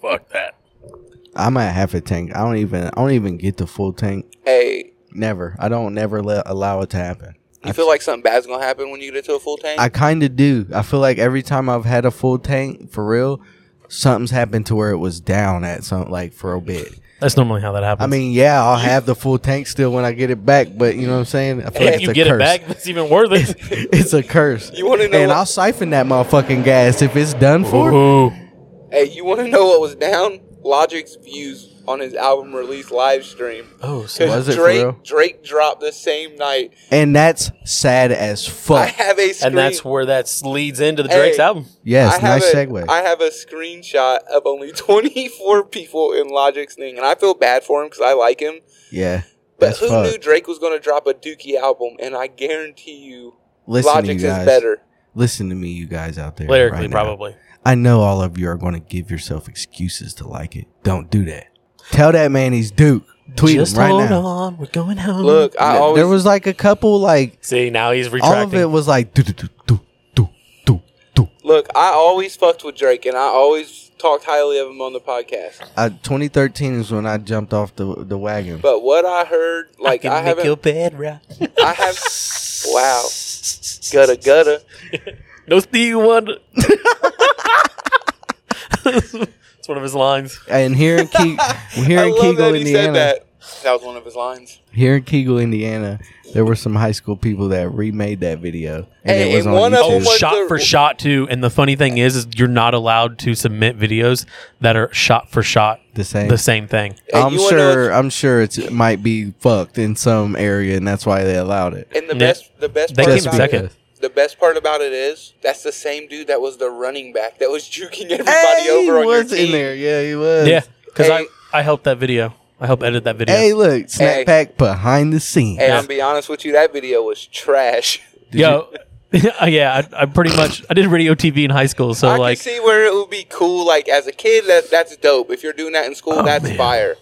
Fuck that.
I'm at half a tank. I don't even. I don't even get the full tank.
Hey,
Never. I don't never let allow it to happen.
you
I
feel like something bad's gonna happen when you get into a full tank?
I kind of do. I feel like every time I've had a full tank, for real, something's happened to where it was down at some like for a bit.
That's normally how that happens.
I mean, yeah, I'll have the full tank still when I get it back, but you know what I'm saying? I feel
if you get
curse.
it back, it's even worth it.
It's a curse.
You wanna know
And
what-
I'll siphon that motherfucking gas if it's done for.
Ooh.
hey, you want to know what was down? Logic's views on his album release live stream.
Oh, so
Was it for
Drake
real?
Drake dropped the same night.
And that's sad as
I
fuck.
have a screen,
and that's where that leads into the
Hey.
Drake's album.
I
Yes,
have
nice
a-
segue.
I have a screenshot of only 24 people in Logic's thing, and I feel bad for him because I like him.
yeah.
But
That's
who
fucked.
knew Drake was going to drop a Dookie album? And I guarantee you,
Listen to you
Logic's
guys.
is better.
Mm-hmm.
Listen to me, you guys out there.
Lyrically,
right now.
probably.
I know all of you are going to give yourself excuses to like it. Don't do that. Tell that man he's Duke. Tweet him right now.
on, we're going home.
Look, I always
there was like a couple like
See, now he's
all of
retracting.
it was like do do do do do do do.
look. I always fucked with Drake, and I always talked highly of him on the podcast.
Uh, 2013 is when I jumped off the the wagon.
But what I heard, like I, haven't,
bed right.
I have, wow, gutta gutta.
No Stevie Wonder. it's one of his lines.
and here in, Ke- here
I
in
love
Kegel,
that he said
Indiana,
that. That was one of his lines.
here in Kegel, Indiana, there were some high school people that remade that video, and
Hey,
it was
and
on
one of
YouTube.
Oh,
them was-
shot
the-
for shot too. And the funny thing is, is you're not allowed to submit videos that are shot for shot
the same.
the same thing.
And
I'm
you wanna know
sure.
what's-
I'm sure it's, it might be fucked in some area, and that's why they allowed it.
And the
Yeah.
best, the best
They
part
came
about
second.
it, the best part about it is that's the same dude that was the running back that was juking everybody
Hey,
over
he
on your
was
team.
in there. Yeah, he was.
Yeah, because
Hey.
I I helped that video. I helped edit that video.
Hey, look,
Hey.
snapback behind the scenes.
Hey,
Yeah.
I'm be honest with you, that video was trash.
Yo, Uh, yeah, I, I pretty much I did radio TV in high school, so
I
like
can see where it would be cool. Like as a kid, that that's dope. If you're doing that in school,
Oh,
that's
man.
fire.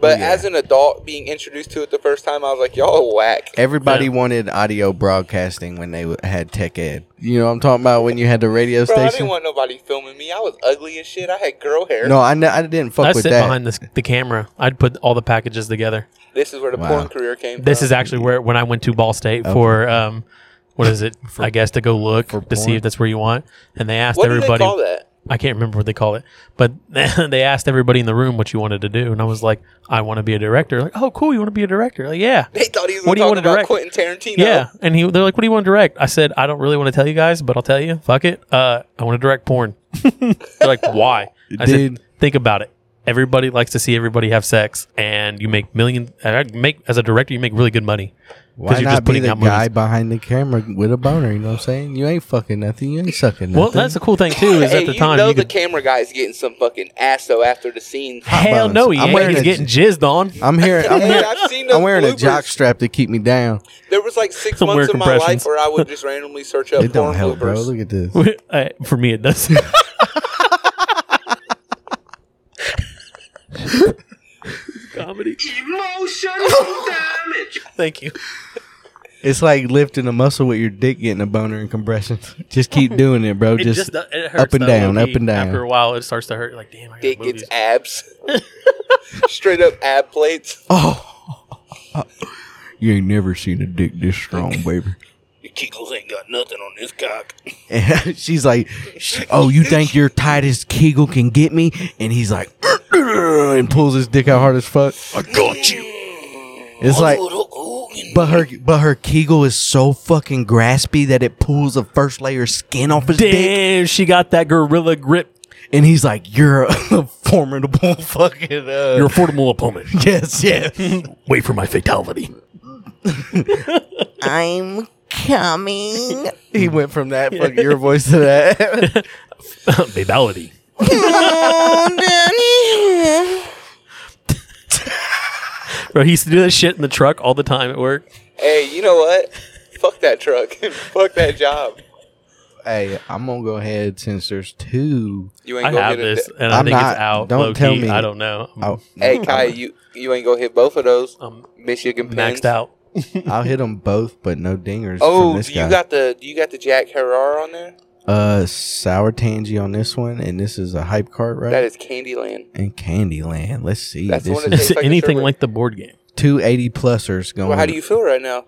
But
Yeah.
as an adult, being introduced to it the first time, I was like, y'all are whack.
Everybody
Yeah.
wanted audio broadcasting when they w- had tech ed. You know what I'm talking about when you had the radio
Bro, I
station.
didn't want nobody filming me. I was ugly as shit. I had girl hair.
no, I, kn- I didn't fuck
I
with
sit
that.
behind the, the camera. I'd put all the packages together.
This is where the
Wow.
porn career came.
This
from.
is actually where when I went to Ball State for um, what is it? I guess to go look to see
porn?
if that's where you want. And they asked
what do they
everybody.
call that?
I can't remember what they call it, but they asked everybody in the room what you wanted to do, and I was like, I want to be a director. Like, oh, cool, you want to be a director? Like, yeah.
They thought he was
What do you
talking
wanna
about
direct?
Quentin Tarantino.
Yeah, and he they're like, "What do you want to direct?" I said, "I don't really want to tell you guys, but I'll tell you. Fuck it. Uh, I want to direct porn." they're like, "Why?" I
Dude.
said, "Think about it. Everybody likes to see everybody have sex, and you make million. uh, Make as a director, you make really good money
Why
you're
not
just
be
putting
the
out
guy
movies.
behind the camera with a boner? You know what I'm saying? You ain't fucking nothing. You ain't sucking nothing.
Well, that's the cool thing too is
hey,
at the
you
time
know
you
the
could,
camera guy's getting some fucking ass though after the scene.
hell
buns.
no, he
I'm
ain't.
wearing
He's
a-
getting jizzed on.
I'm hearing. I'm,
Hey,
hearing,
I've seen those
I'm wearing a
bloopers.
jock strap to keep me down.
There was like six
Weird
months of my life
compressions.
where I would just randomly search up
It don't
porn
help, bro.
bloopers.
Look at this.
Uh, For me, it does. Comedy.
Emotional damage.
Thank you.
It's like lifting a muscle with your dick getting a boner in compressions. Just keep doing it, bro.
It
just
just, it hurts
up and
though,
down,
low-key.
up and down.
After a while, it starts to hurt. Like damn, I got
Dick
movies.
gets abs. Straight up ab plates.
oh. You ain't never seen a dick this strong, baby.
Your kegels ain't got nothing on this cock.
And she's like, sh- "Oh, you think your tightest Kegel can get me?" And he's like, and pulls his dick out hard as fuck. I got you. It's like, but her but her Kegel is so fucking graspy that it pulls the first layer of skin off his dick,
Damn, she got that gorilla grip.
and he's like, "You're a formidable fucking uh,
Your formidable opponent.
yes, yeah."
Wait for my fatality.
I'm coming. He went from that fucking your voice to that.
fatality. Bro, he used to do that shit in the truck all the time at work.
Hey, you know what? Fuck that truck. Fuck that job.
hey, I'm gonna go ahead since there's two.
You ain't
I
gonna
have
get it.
this, and i
I'm
think
not-
it's out.
don't
low
tell
key.
me.
I don't know. I'm,
I'll,
Hey Kai, you you ain't gonna hit both of those.
I'm
Michigan pins.
maxed out.
I'll hit them both, but no dingers. from
Oh,
this
do
guy.
you got the do you got the Jack Herrera on there?
Uh, sour tangy on this one, and this is a hype cart, right?
That is Candyland.
and Candyland. Let's see.
That's the
this
one that
is
It's
tastes like a
anything
sherbet.
like the board game.
two eighty plusers going.
Well, how do you feel right now?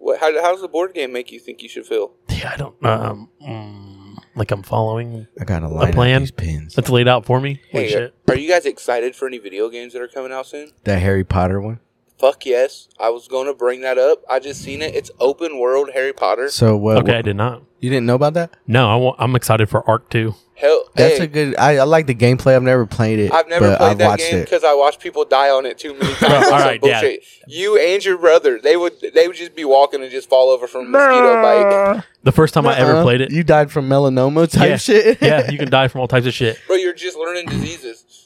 What, how, how does the board game make you think you should feel?
Yeah, I don't um mm, like I'm following.
I gotta line
plan?
up these pins.
That's laid out for me. Holy
Hey, uh,
shit.
are you guys excited for any video games that are coming out soon?
That Harry Potter one.
Fuck yes. I was going to bring that up. I just seen it. It's open world Harry Potter.
So what?
Okay, I
what-
did not.
you didn't know about that?
No, I wa- I'm excited for Arc Two.
Hell,
That's
hey,
a good. I, I like the gameplay. I've never played it.
I've never
but
played
I've
that
watched
game
it.
because I watched people die on it too many times. That's
all
some
right, Dad.
bullshit. You and your brother, they would they would just be walking and just fall over from a mosquito bite.
The first time I ever
Uh-uh.
played it.
You died from melanoma type
Yeah.
shit.
yeah, you can die from all types of shit.
Bro, you're just learning diseases.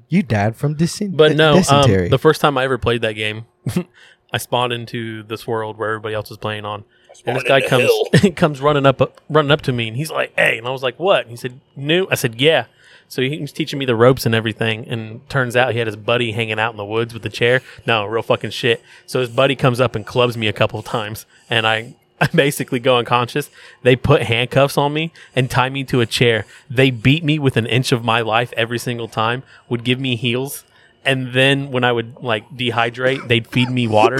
you died from dysen-
But no,
dysentery.
um, the first time I ever played that game, I spawned into this world where everybody else was playing on, and this guy
Spawned in
comes
the
comes running up running up to me, and he's like, "Hey," and I was like, "What?" And he said, "New." I said, "Yeah." So he was teaching me the ropes and everything, and turns out he had his buddy hanging out in the woods with the chair. No, real fucking shit. So his buddy comes up and clubs me a couple of times, and I. I basically go unconscious. They put handcuffs on me and tie me to a chair. They beat me with an inch of my life every single time, would give me heals, and then when I would like dehydrate, they'd feed me water,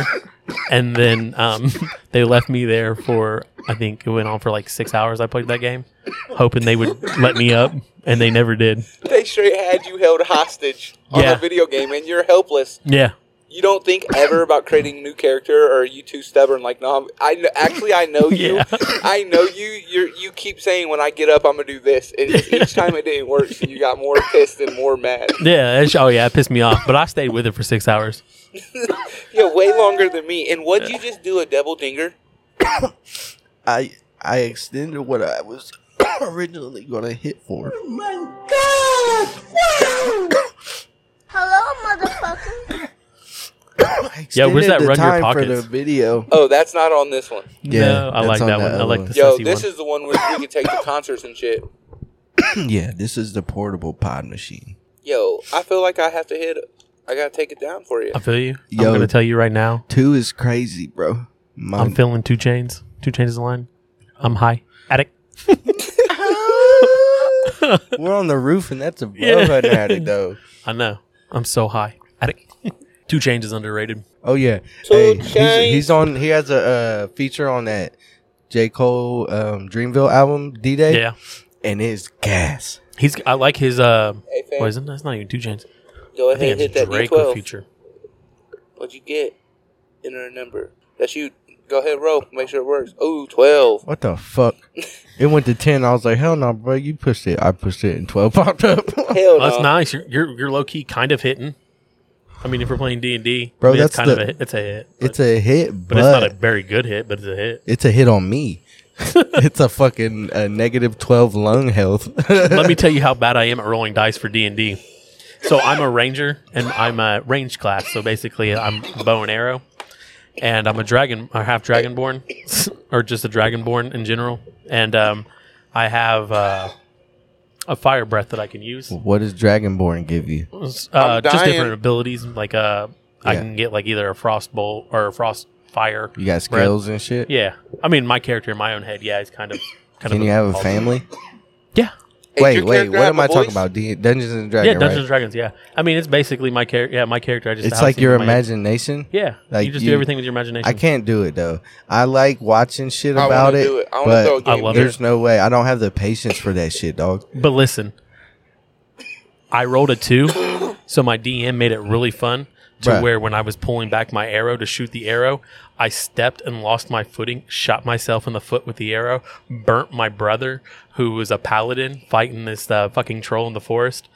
and then um, they left me there for I think it went on for like six hours. I played that game, hoping they would let me up, and they never did.
They straight had you held hostage on
Yeah.
a video game, and you're helpless.
Yeah,
You don't think ever about creating a new character, or are you too stubborn? Like, no, I'm, I kn- actually I know you.
Yeah.
I know you. You you keep saying when I get up, I'm gonna do this, and each time it didn't work, so you got more pissed and more mad.
yeah. It's, oh yeah, it pissed me off, but I stayed with it for six hours.
Yeah, way longer than me. And what'd you just do? A double dinger?
I I extended what I was originally gonna hit for.
Oh Hello, motherfucker.
I extended
that
the
Run Your
time for
Pockets?
the video.
Oh, that's not on this one.
Yeah,
no, I
that's
like
on
that
that
one. I
other
like
one.
the
Yo,
sussy
this
one.
is the one where we can take to concerts and shit.
yeah, this is the portable pod machine.
Yo, I feel like I have to hit. I gotta take it down for you.
I feel you.
Yo.
I'm gonna tell you right now.
Two is crazy, bro. My,
I'm feeling two chains. Two chains is the line. I'm high. Addict.
we're on the roof, and that's above
Yeah.
an attic, though.
I know. I'm so high. Addict. two chains is underrated.
Oh yeah,
Two
he's,
chains.
he's on. He has a uh, feature on that J Cole um, Dreamville album, D Day.
Yeah.
and it's gas.
He's. I like his. Uh,
Hey, fam,
what is it? That's not even two chains.
go
I
ahead
think
hit
it's
that
Drake
D12.
or Future.
What'd you get? Enter a number. That's you. Go ahead, roll. Make sure it works. Ooh, 12.
What the fuck? it went to ten. I was like, hell no, bro. You pushed it. I pushed it, and twelve popped up.
Hell no.
Well, Oh, that's nice. You're, you're you're low key kind of hitting. I mean, if we're playing D and D,
Bro,
that's
that's
kind
the-
of a hit. It's a hit. But,
it's a hit, but,
but it's not a very good hit, but it's a hit.
hit on me. it's a fucking uh, negative twelve lung health.
Let me tell you how bad I am at rolling dice for D and D. So I'm a ranger and I'm a range class. So basically, I'm bow and arrow, and I'm a dragon, or half dragonborn, or just a dragonborn in general. And um, I have uh, a fire breath that I can use.
what does Dragonborn give you?
uh,
I'm
just
dying.
different abilities. Like uh, I
Yeah.
can get like either a frost bolt or a frost fire.
You got skills and shit.
Yeah, I mean my character in my own head. Yeah, is kind of kind
Can
of.
you have a
also-
family?
Yeah,
Hey,
wait,
your
wait.
character
What
have
am
a
I talking
voice?
about? D- Dungeons and Dragons.
yeah, Dungeons
right?
and Dragons. Yeah, I mean it's basically my character. Yeah, my character. I just
It's
have
like
seen
your
in my head.
imagination.
Yeah,
like
you just
you-
do everything with your imagination.
I can't do it though. I like watching shit
I
about
wanna
it,
do it. I wanna
but
throw a game.
I love it.
there's no way. I don't have the patience for that shit, dog.
But listen, I rolled a two, so my DM made it really fun to
Bruh.
where when I was pulling back my arrow to shoot the arrow, I stepped and lost my footing, shot myself in the foot with the arrow, burnt my brother, who was a paladin fighting this uh, fucking troll in the forest.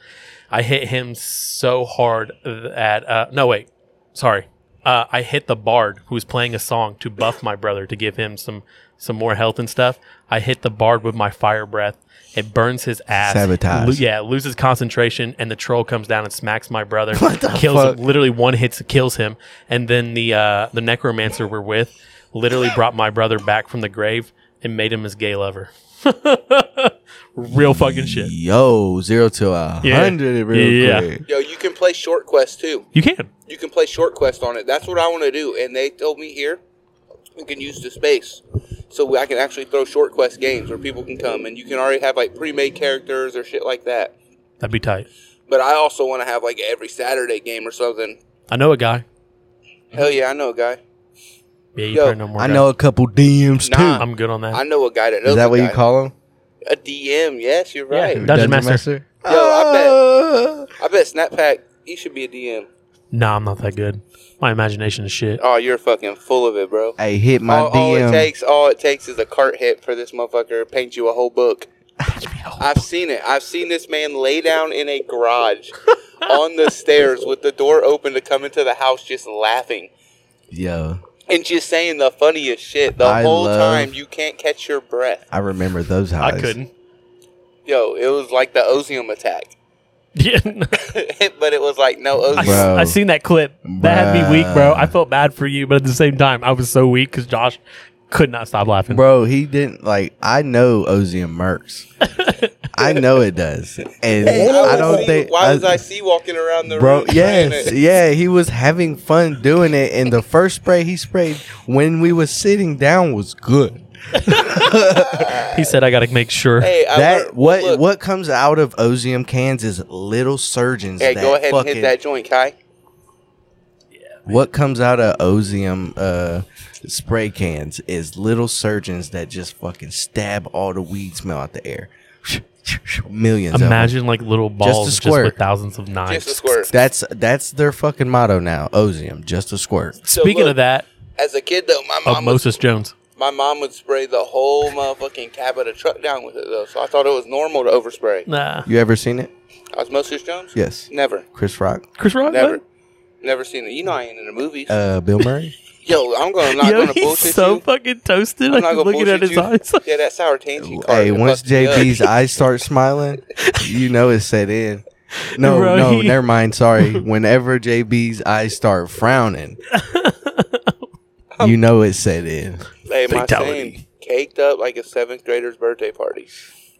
I hit him so hard that, uh, no, wait, sorry. Uh, I hit the bard who was playing a song to buff my brother to give him some some more health and stuff. I hit the bard with my fire breath. It burns his ass.
Sabotage.
Lo- yeah, loses concentration, and the troll comes down and smacks my brother. kills
fuck?
him. Literally one hits kills him, and then the uh, the necromancer we're with literally brought my brother back from the grave and made him his gay lover. Real fucking shit.
Yo, zero to a
Yeah.
hundred real
Yeah.
quick.
Yo, you can play short quest too.
You can.
You can play short quest on it. That's what I want to do. And they told me here, you can use the space. so I can actually throw short quest games where people can come and you can already have like pre-made characters or shit like that.
That'd be tight.
But I also want to have like every Saturday game or something.
I know a guy.
Hell yeah, I know a guy.
Yeah, you
Yo,
probably know more.
I
guys.
know a couple DMs too.
Nah.
I'm good on that.
I know a guy that knows.
Is that
a
what you
guy.
call them?
a DM? Yes, you're right.
Dungeon Master.
Yo, I bet. I bet Snappack. He should be a DM.
nah, I'm not that good. My imagination is shit.
Oh, you're fucking full of it, bro.
Hey, hit my
all,
DM.
all it takes, all it takes is a cart hit for this motherfucker. Paint you a whole book. I've seen it. I've seen this man lay down in a garage on the stairs with the door open to come into the house, just laughing
Yo,
and just saying the funniest shit the
I
whole
love-
time. You can't catch your breath.
I remember those
I
highs.
couldn't.
Yo, it was like the Ozium attack,
Yeah,
but it was like no Ozium.
I,
Bro.
I seen that clip. That had me weak, bro. I felt bad for you, but at the same time, I was so weak because Josh could not stop laughing.
Bro, he didn't like. I know Ozium Mercs. I know it does, and
Hey,
I
was
don't
see-
think.
Why
I-
was I see walking around the
Bro,
room? saying
yes,
it?
yeah, he was having fun doing it, and the first spray he sprayed when we was sitting down was good.
He said, "I got to make sure."
Hey, I
that
learned-
what
look,
what comes out of Ozium cans is little surgeons.
Hey,
that
go ahead and
fucking,
hit that joint, Kai.
What comes out of Ozium uh, spray cans is little surgeons that just fucking stab all the weed smell out the air. Millions. Of
Imagine like little
a
balls just,
squirt.
with thousands of knives.
Just a squirt.
them. That's that's their fucking motto now. Ozium, just a squirt.
So
Speaking
look,
of that,
as a kid though, my
of
mom was,
Moses Jones.
my mom would spray the whole motherfucking cab of the truck down with it though, so I thought it was normal to overspray.
Nah,
You ever seen it?
Osmosis Jones?
Yes.
Never,
Chris Rock,
Chris Rock.
never,
what?
never seen it. You know I ain't in the movies.
uh, Bill Murray.
Yo, I'm gonna not
Yo,
gonna
he's
bullshit
so
you.
fucking toasted.
I'm
I'm
not gonna
looking at
bullshit
his
you.
eyes.
Yeah, that sour tangy car.
hey, once JB's
I
eyes start smiling, you know it's set in. No,
Bro,
no,
he-
never mind. Sorry. Whenever JB's eyes start frowning, you know it's set in.
hey, my
Fatality.
saying, caked up like a seventh grader's birthday party.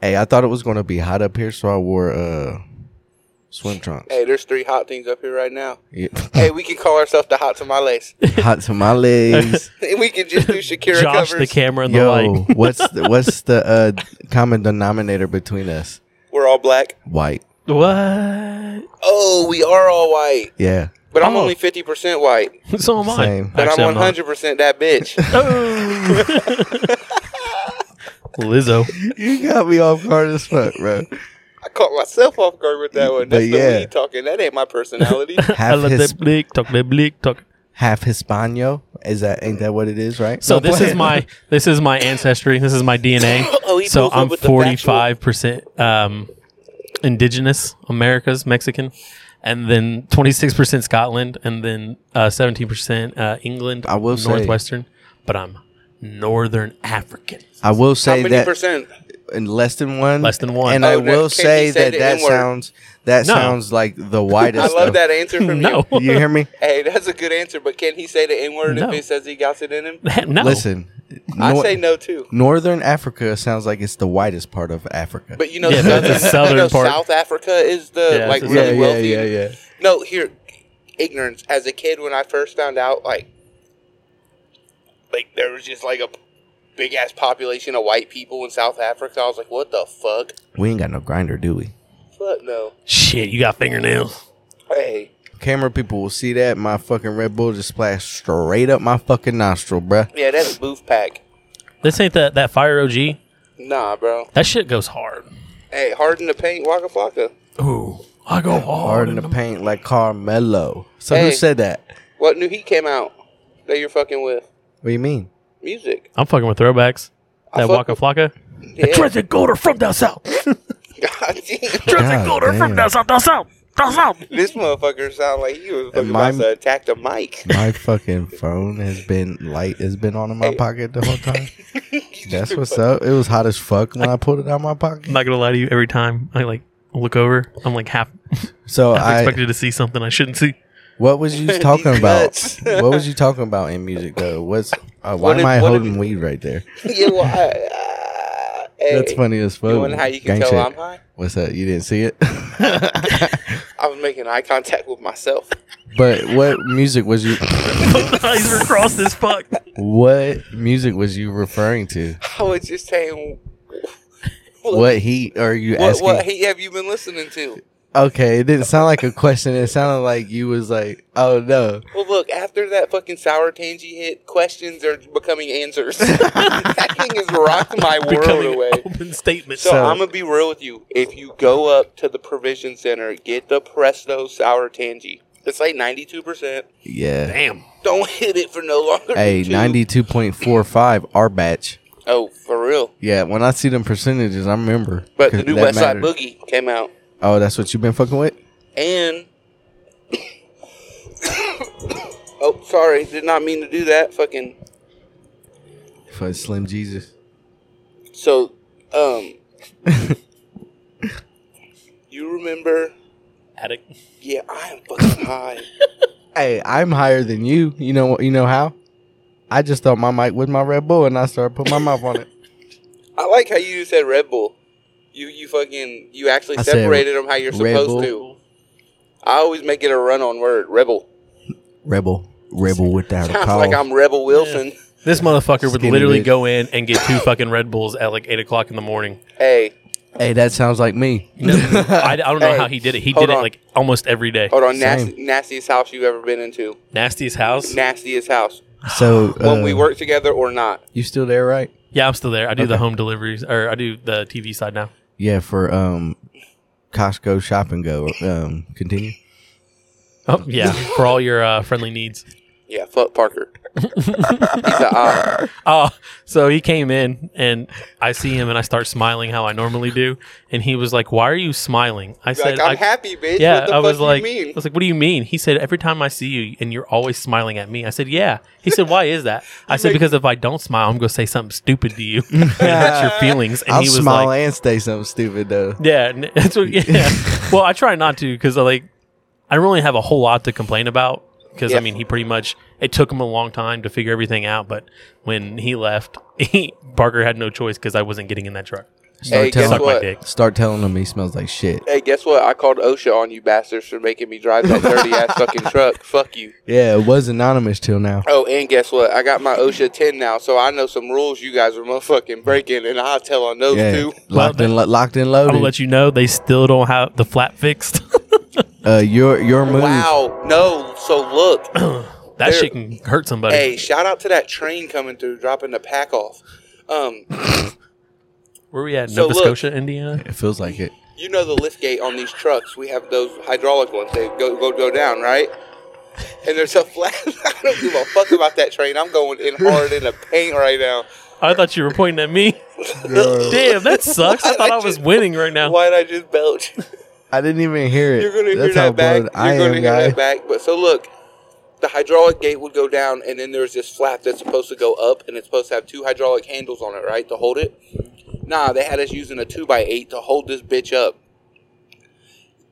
Hey, I thought it was gonna be hot up here, so I wore uh swim trunks.
Hey, there's three hot things up here right now.
Yeah.
Hey, we can call ourselves the Hot Tamales.
hot to my legs.
we can just do Shakira
Josh, the
covers.
camera, and the
Yo,
light.
what's the, what's the uh, common denominator between us?
We're all black.
White.
What?
Oh, we are all white.
Yeah.
But I'm
Oh.
only 50% white.
So am I.
Same.
But
Actually,
I'm
not.
100% that bitch.
Lizzo.
You got me off guard as fuck, bro.
I caught myself off guard with that
But
one. That's
yeah.
the weed talking. That ain't my personality.
I
Half
love
his,
that blick, talk that blick, talk.
half Hispano. Is that ain't that what it is, right?
So
No,
this
play
is
it.
my this is my ancestry. This is my DNA.
Oh, he
so
pulls up
I'm
with the factual-
45 percent um, indigenous Americas Mexican, and then 26 percent Scotland, and then 17 percent uh, England.
I will say-
northwestern, but I'm northern African.
I will
How
say
many
that
percent?
in less than one,
Less than one.
and
Oh,
I
no,
will
can't
say
you say
that
the
that
N-word?
sounds that
No.
sounds like the
I
whitest.
love
of-
that answer from
No,
you.
You hear me?
Hey, that's a good answer, but can he say the N word
No.
if he says he got it in him?
no.
Listen,
I
Nor-
say no too.
Northern Africa sounds like it's the whitest part of Africa.
But you know,
Yeah, that's the
southern,
southern
you know
part.
South Africa is the
Yeah,
like
it's
really
the
wealthy. No, here, ignorance. As a kid, when I first found out, like, like there was just like a big ass population of white people in South Africa. I was like, what the fuck?
We ain't got no grinder, do we?
Fuck no.
Shit, you got fingernails.
Hey,
Camera people will see that. My fucking Red Bull just splashed straight up my fucking nostril, bruh.
yeah, that's booth pack.
This ain't that that fire OG.
Nah, bro.
That shit goes hard.
Hey, harden the paint, waka flocka.
Ooh, I go hard.
Hard in the paint like Carmelo. So who
Hey.
said that?
What new heat came out that you're fucking with?
What do you mean?
Music.
I'm fucking with throwbacks. That
fuck
Waka Flocka.
Yeah.
Trenton Golder from down south.
God damn.
God damn.
south, down south, down south.
this motherfucker sound like he was fucking
My-
about to attack the mic.
My fucking phone has been light has been on in my pocket the whole time. That's what's up. It was hot as fuck when I pulled it out of my
I'm
pocket.
not gonna lie to you. Every time I like look over, I'm like half,
So
half
I,
expected to see something I shouldn't see.
what was you talking
These
about?
nuts.
What was you talking about in music though? What's uh, why
What
am
did-
I
what did-
holding weed right there?
yeah, well, I- I-
That's
hey.
funny as fuck.
You wonder how you
Gang
can tell
shit.
I'm high?
What's up? You didn't see it?
I was making eye contact with myself.
but what music was you?
Eyes were crossed as fuck.
What music was you referring to?
I was just saying.
What heat are you
What,
asking?
what hate have you been listening to?
Okay, it didn't sound like a question. It sounded like you was like, "Oh no."
Well, look, after that fucking sour tangy hit, questions are becoming answers. that thing has rocked my world
Becoming
away.
open statements.
So, I'm gonna be real with you. If you go up to the provision center, get the Presto sour tangy. It's like 92. percent
Yeah.
Damn.
Don't hit it for no longer. than
Hey,
two.
ninety-two point four five. Our batch.
Oh, for real.
Yeah. When I see them percentages, I remember.
But
'cause
the new
that
West Side
mattered.
Boogie came out,
Oh, that's what you've been fucking with.
and oh, sorry, did not mean to do that. Fucking
For Slim Jesus.
so, um, you remember?
Addict.
Yeah, I am fucking high.
Hey, I'm higher than you. You know. You know how? I just thought my mic with my Red Bull, and I started putting my mouth on it.
I like how you said Red Bull. You you fucking you actually
I said
separated them how you're
Red
supposed
Bull.
to. I always make it a run on word. Rebel
Rebel, rebel without a
sounds
call.
like I'm Rebel Wilson.
This motherfucker would
Skinny
literally
bitch.
go in and get two fucking Red Bulls at like eight o'clock in the morning.
Hey,
hey, that sounds like me.
No, I, I don't know
Hey,
how he did it. He
hold
did it
on.
like almost every day.
hold on,
Same.
nasty, nastiest house you've ever been into.
Nasty's house.
Nastiest house
So
when
uh,
we work together or not.
you still there, right?
yeah, I'm still there. I do the
Okay.
home deliveries or I do the TV side now.
Yeah, for um Costco shop and go. Um, continue.
Oh yeah, for all your uh, friendly needs.
Yeah, fuck Parker. He's a uh, op.
Oh, so he came in and I see him and I start smiling how I normally do, and he was like, "Why are you smiling?" I
Like
said,
I'm
I-
happy, bitch.
Yeah,
what the
I
fuck
was like,
you mean?
I was like, "What do you mean?" He said, "Every time I see you, and you're always smiling at me." I said, "Yeah." He said, "Why is that?" I said, "Because if I don't smile, I'm gonna say something stupid to you and hurt your feelings." And
I'll
he was
smile
like,
and say something stupid though.
"Yeah, n- that's what." Yeah. well, I try not to because I like I don't really have a whole lot to complain about because
Yeah.
I mean he pretty much it took him a long time to figure everything out, but when he left, he, Parker had no choice because I wasn't getting in that truck.
Hey, guess
Suck
telling,
my
what?
dick.
start telling him he smells like shit.
Hey, guess what? I called OSHA on you bastards for making me drive that dirty ass fucking truck. Fuck you.
Yeah, it was anonymous till now.
Oh, and guess what? I got my OSHA 10 now, so I know some rules you guys are motherfucking breaking, and I'll tell on those
Yeah,
two.
locked and lo- locked and loaded.
I'm gonna let you know they still don't have the flap fixed.
uh, your your move.
Wow. No. So look,
that
There-
shit can hurt somebody.
hey, shout out to that train coming through, dropping the pack off. Um,
Where we at?
So
Nova
look-
Scotia, Indiana.
It feels like it.
you know the lift gate on these trucks. We have those hydraulic ones. They go go go down, right? And there's a flat. I don't give a fuck about that train. I'm going in hard in the paint right now.
I thought you were pointing at me. Damn, that sucks. I thought I was winning right now.
Why'd I just belch?
I didn't even hear it.
You're gonna hear
That's how
that back.
blown
You're
I
gonna
am,
hear
guy.
that back. But so look, the hydraulic gate would go down, and then there's this flap that's supposed to go up, and it's supposed to have two hydraulic handles on it, right, to hold it. Nah, they had us using a two by eight to hold this bitch up.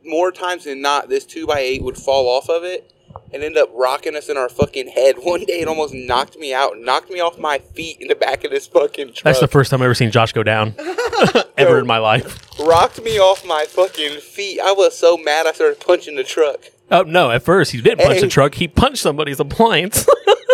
More times than not, this two by eight would fall off of it and end up rocking us in our fucking head. One day, it almost knocked me out, knocked me off my feet in the back of this fucking truck.
That's the first time I've ever seen Josh go down ever in my life.
rocked me off my fucking feet. I was so mad, I started punching the truck.
Oh no! At first he didn't punch
Hey.
the truck. He punched somebody's appliance.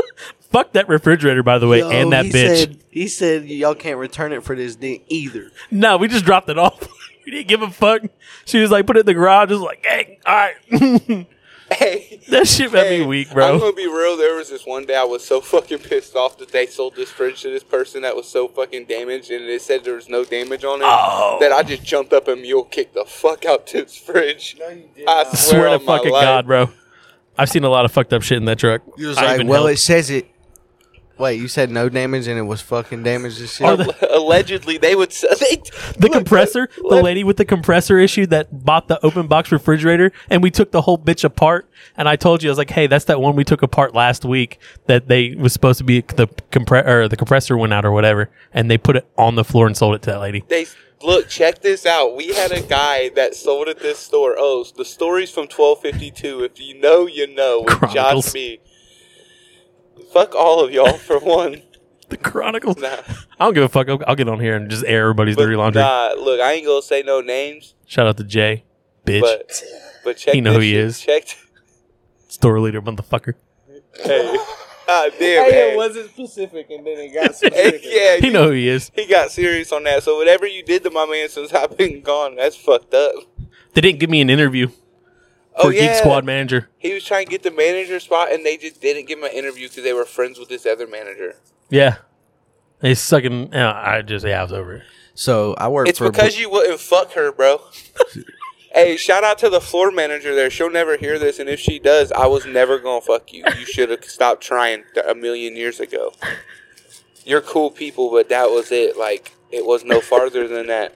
Fuck that refrigerator, by the way, and that bitch.
he said y'all can't return it for this dick either.
no, we just dropped it off. we didn't give a fuck. She was like, put it in the garage. Just like, hey, all right.
Hey.
that shit made me
Hey,
weak,
I'm
bro.
gonna be real. There was this one day I was so fucking pissed off that they sold this fridge to this person that was so fucking damaged, and it said there was no damage on it.
Oh.
That I just jumped up and mule kicked the fuck out this fridge. I swear,
I swear to
on my
fucking
life.
God, bro. I've seen a lot of fucked up shit in that truck.
You was
I
like,
even
well,
helped.
it says it. Wait, you said no damage and it was fucking damaged as shit.
Allegedly, they would. s- They,
The
look,
compressor, the
let-
lady with the compressor issue that bought the open box refrigerator, and we took the whole bitch apart. And I told you, I was like, "Hey, that's that one we took apart last week that they was supposed to be the compre- or the compressor went out or whatever, and they put it on the floor and sold it to that lady."
They look. Check this out. We had a guy that sold at this store. Oh, the story's from 1252. If you know, you know. With Josh
Chronicles.
B. Fuck all of y'all for one.
The Chronicles.
Nah.
I don't give a fuck. I'll, I'll get on here and just air everybody's
But
dirty laundry.
Nah, look, I ain't gonna say no names,
Shout out to Jay, bitch,
but but check.
He know
this
who he
shit.
is.
Check.
store leader, motherfucker.
Hey, God Ah, damn
Hey, it
it.
wasn't specific, and then it got specific.
yeah,
He know who he is.
he got serious on that. So whatever you did to my man since I've been gone, that's fucked up.
They didn't give me an interview for
Oh
Geek
yeah,
Squad manager.
he was trying to get the manager spot, and they just didn't give him an interview because they were friends with this other manager.
Yeah. He's sucking. no, I just, yeah, I was over it.
So I work
It's
for
because you wouldn't fuck her, bro. hey, shout out to the floor manager there. She'll never hear this, and if she does, I was never gonna fuck you. You should have stopped trying th- a million years ago. You're cool people, but that was it. Like it was no farther than that.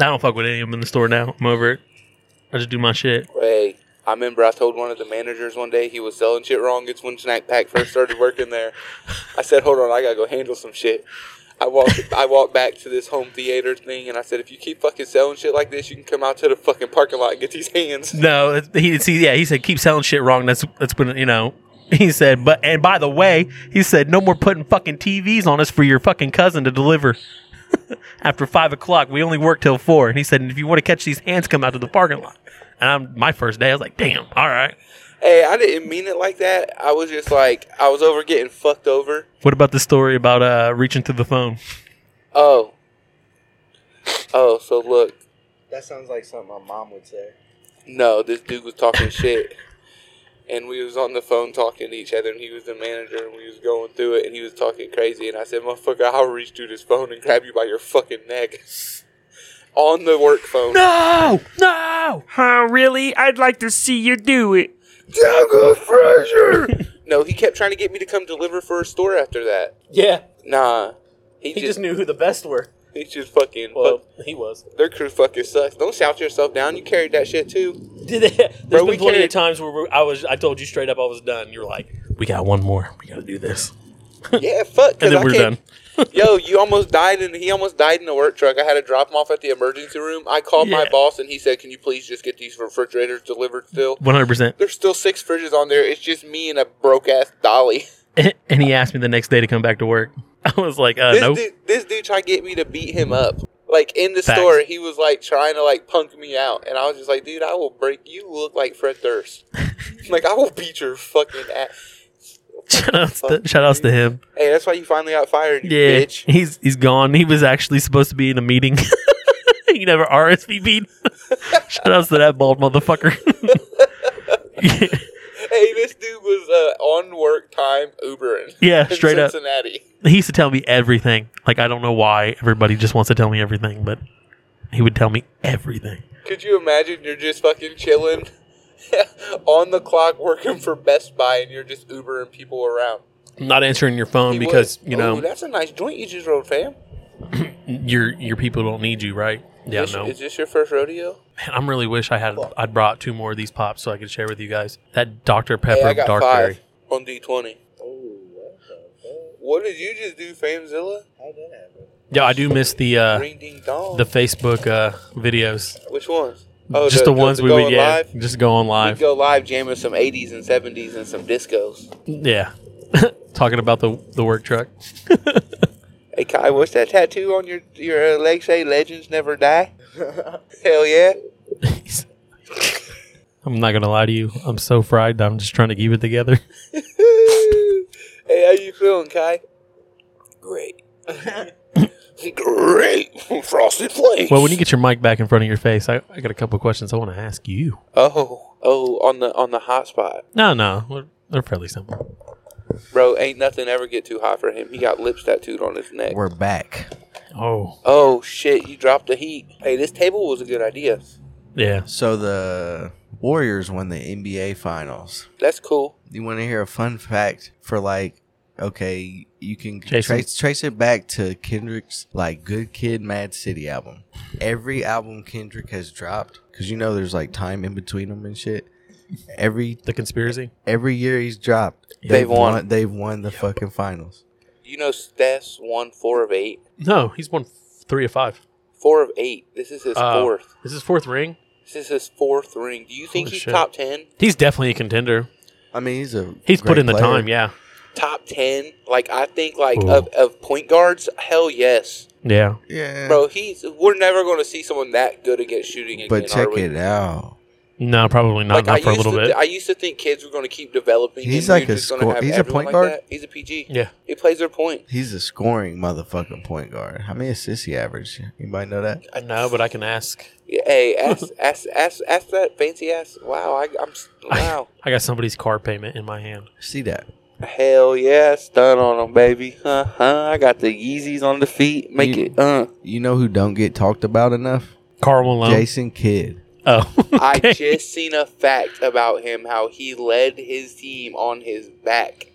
I don't fuck with any of them in the store now. I'm over it. I just do my shit.
Hey, I remember I told one of the managers one day he was selling shit wrong. It's when Snack Pack first started working there. I said, "Hold on, I gotta go handle some shit." I walked, I walked back to this home theater thing, and I said, "If you keep fucking selling shit like this, you can come out to the fucking parking lot and get these hands."
No, it's- he see, yeah, he said keep selling shit wrong. That's that's been you know. He said, but and by the way, he said no more putting fucking TVs on us for your fucking cousin to deliver. After five o'clock, we only work till four. And he said, and if you want to catch these hands, come out to the parking lot. And I'm my first day. I was like, damn, all right.
Hey, I didn't mean it like that. I was just like, I was over getting fucked over.
What about the story about uh reaching through the phone?
Oh, oh, so look,
That sounds like something my mom would say.
No, this dude was talking shit. And we was on the phone talking to each other, and he was the manager, and we was going through it, and he was talking crazy. And I said, "Motherfucker, I'll reach through this phone and grab you by your fucking neck." On the work phone.
No, no.
Huh? Really? I'd like to see you do it.
Jungle Fraser. no, he kept trying to get me to come deliver for a store after that.
Yeah,
Nah, he,
he
just,
just knew who the best were.
he just fucking
Well,
fuck,
he was.
their crew fucking sucks. Don't shout yourself down. You carried that shit too.
Did they, there's
Bro, we
been plenty
can't-
of times where we- I was. I told you straight up I was done. You're like,
We got one more. We got to do this,
Yeah, fuck. 'cause I
and then we're
can't-
done.
Yo, you almost died in he almost died in the work truck. I had to drop him off at the emergency room. I called my
Yeah.
boss and he said, "Can you please just get these refrigerators delivered still?"
One hundred percent.
There's still six fridges on there. It's just me and a broke ass dolly.
And he asked me the next day to come back to work. I was like, uh,
This
nope.
dude, this dude tried to get me to beat him up. Like in the
Facts.
store, he was like trying to like punk me out, and I was just like, "Dude, I will break you. Look like Fred Durst. like I will beat your fucking ass."
Shout outs to, shout outs to him.
Hey, that's why you finally got fired, you
Yeah,
bitch.
he's he's gone. He was actually supposed to be in a meeting. he never RSVP'd. Shout outs to that bald motherfucker.
Hey, this dude was uh, on work time Ubering.
yeah,
in
straight up.
Cincinnati.
He used to tell me everything. Like I don't know why everybody just wants to tell me everything, but he would tell me everything.
Could you imagine you're just fucking chilling on the clock working for Best Buy and you're just Ubering people around?
Not answering your phone
He
because
would. Oh,
you
Ooh,
know
that's a nice joint you just rolled, fam.
your your people don't need you, right? Yeah,
Is-
no.
Is this your first rodeo?
Man, I'm really wish I had I'd brought two more of these pops so I could share with you guys that Dr Pepper
hey, I got
Darkberry.
five on D twenty. What did you just do, Famzilla?
Yeah, I do miss the uh,
Ring ding dong.
the Facebook uh, videos.
Which ones? Oh,
just the, ones we would
going
yeah,
live.
just go on
We'd
live.
go live jamming some 80s and 70s and some discos.
Yeah, talking about the the work truck.
Hey Kai, what's that tattoo on your your uh, leg say? Legends never die. Hell yeah.
I'm not gonna lie to you. I'm so fried. that I'm just trying to keep it together.
hey, how you feeling, Kai? Great. Great. Frosted flakes.
Well, when you get your mic back in front of your face, I, I got a couple questions I want to ask you.
oh, oh, on the on the hot spot,
No, no, we're, they're fairly simple.
bro. Ain't nothing ever get too hot for him. He got lips tattooed on his neck.
We're back.
Oh,
oh shit, you dropped the heat. Hey, this table was a good idea.
yeah.
So the Warriors won the NBA Finals.
That's cool.
You want to hear a fun fact for like, okay, you can
Jason.
trace trace it back to Kendrick's like Good Kid, Mad City album. Every album Kendrick has dropped, because you know there's like time in between them and shit. Every
The conspiracy.
every year he's dropped,
They've
won.
They've won the fucking finals.
You know, Steph's won four of eight.
No, he's won f- three of five.
Four of eight. This is his
Uh,
fourth.
This is fourth ring.
This is his fourth ring. Do you think
Holy
he's
shit.
top ten?
He's definitely a contender.
I mean, he's a
He's put
great
in the
player.
time. Yeah,
Top ten? Like I think, like
Ooh.
of, of point guards. Hell yes.
yeah.
yeah.
Bro, he's we're never going to see someone that good again shooting again.
but check
are we?
it out.
No, probably not.
Like
not
I
for a
used
little
to,
bit.
th- I used to think kids were going to keep developing.
He's
and
like
you're
a
just gonna
score-
have
he's a
everyone
point
like
guard?
that. He's a PG.
yeah.
he plays their point.
He's a scoring motherfucking point guard. How many assists he averaged? Anybody know that?
I know, but I can ask.
Yeah, hey, ask, ask, ask, ask that fancy ass. Wow, I, I'm s- wow.
I got somebody's car payment in my hand.
See that?
Hell yeah, stun on them, baby. Uh huh. I got the Yeezys on the feet. Make
You-
it. Uh.
You know who don't get talked about enough?
Carl Malone.
Jason Kidd.
Oh,
I
okay.
just seen a fact about him how he led his team on his back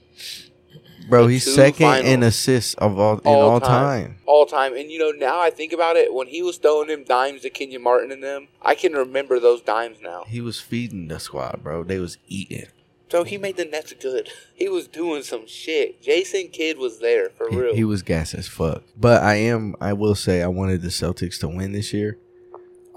Bro,
The
he's
two
second in
finals.
assists of all in all,
All
time.
time. all time. And you know, now I think about it, when he was throwing them dimes to Kenya Martin and them, I can remember those dimes now.
He was feeding the squad, bro. They was eating.
So he made the Nets good. He was doing some shit. Jason Kidd was there for
He,
real.
he was gas as fuck. But I am I will say I wanted the Celtics to win this year.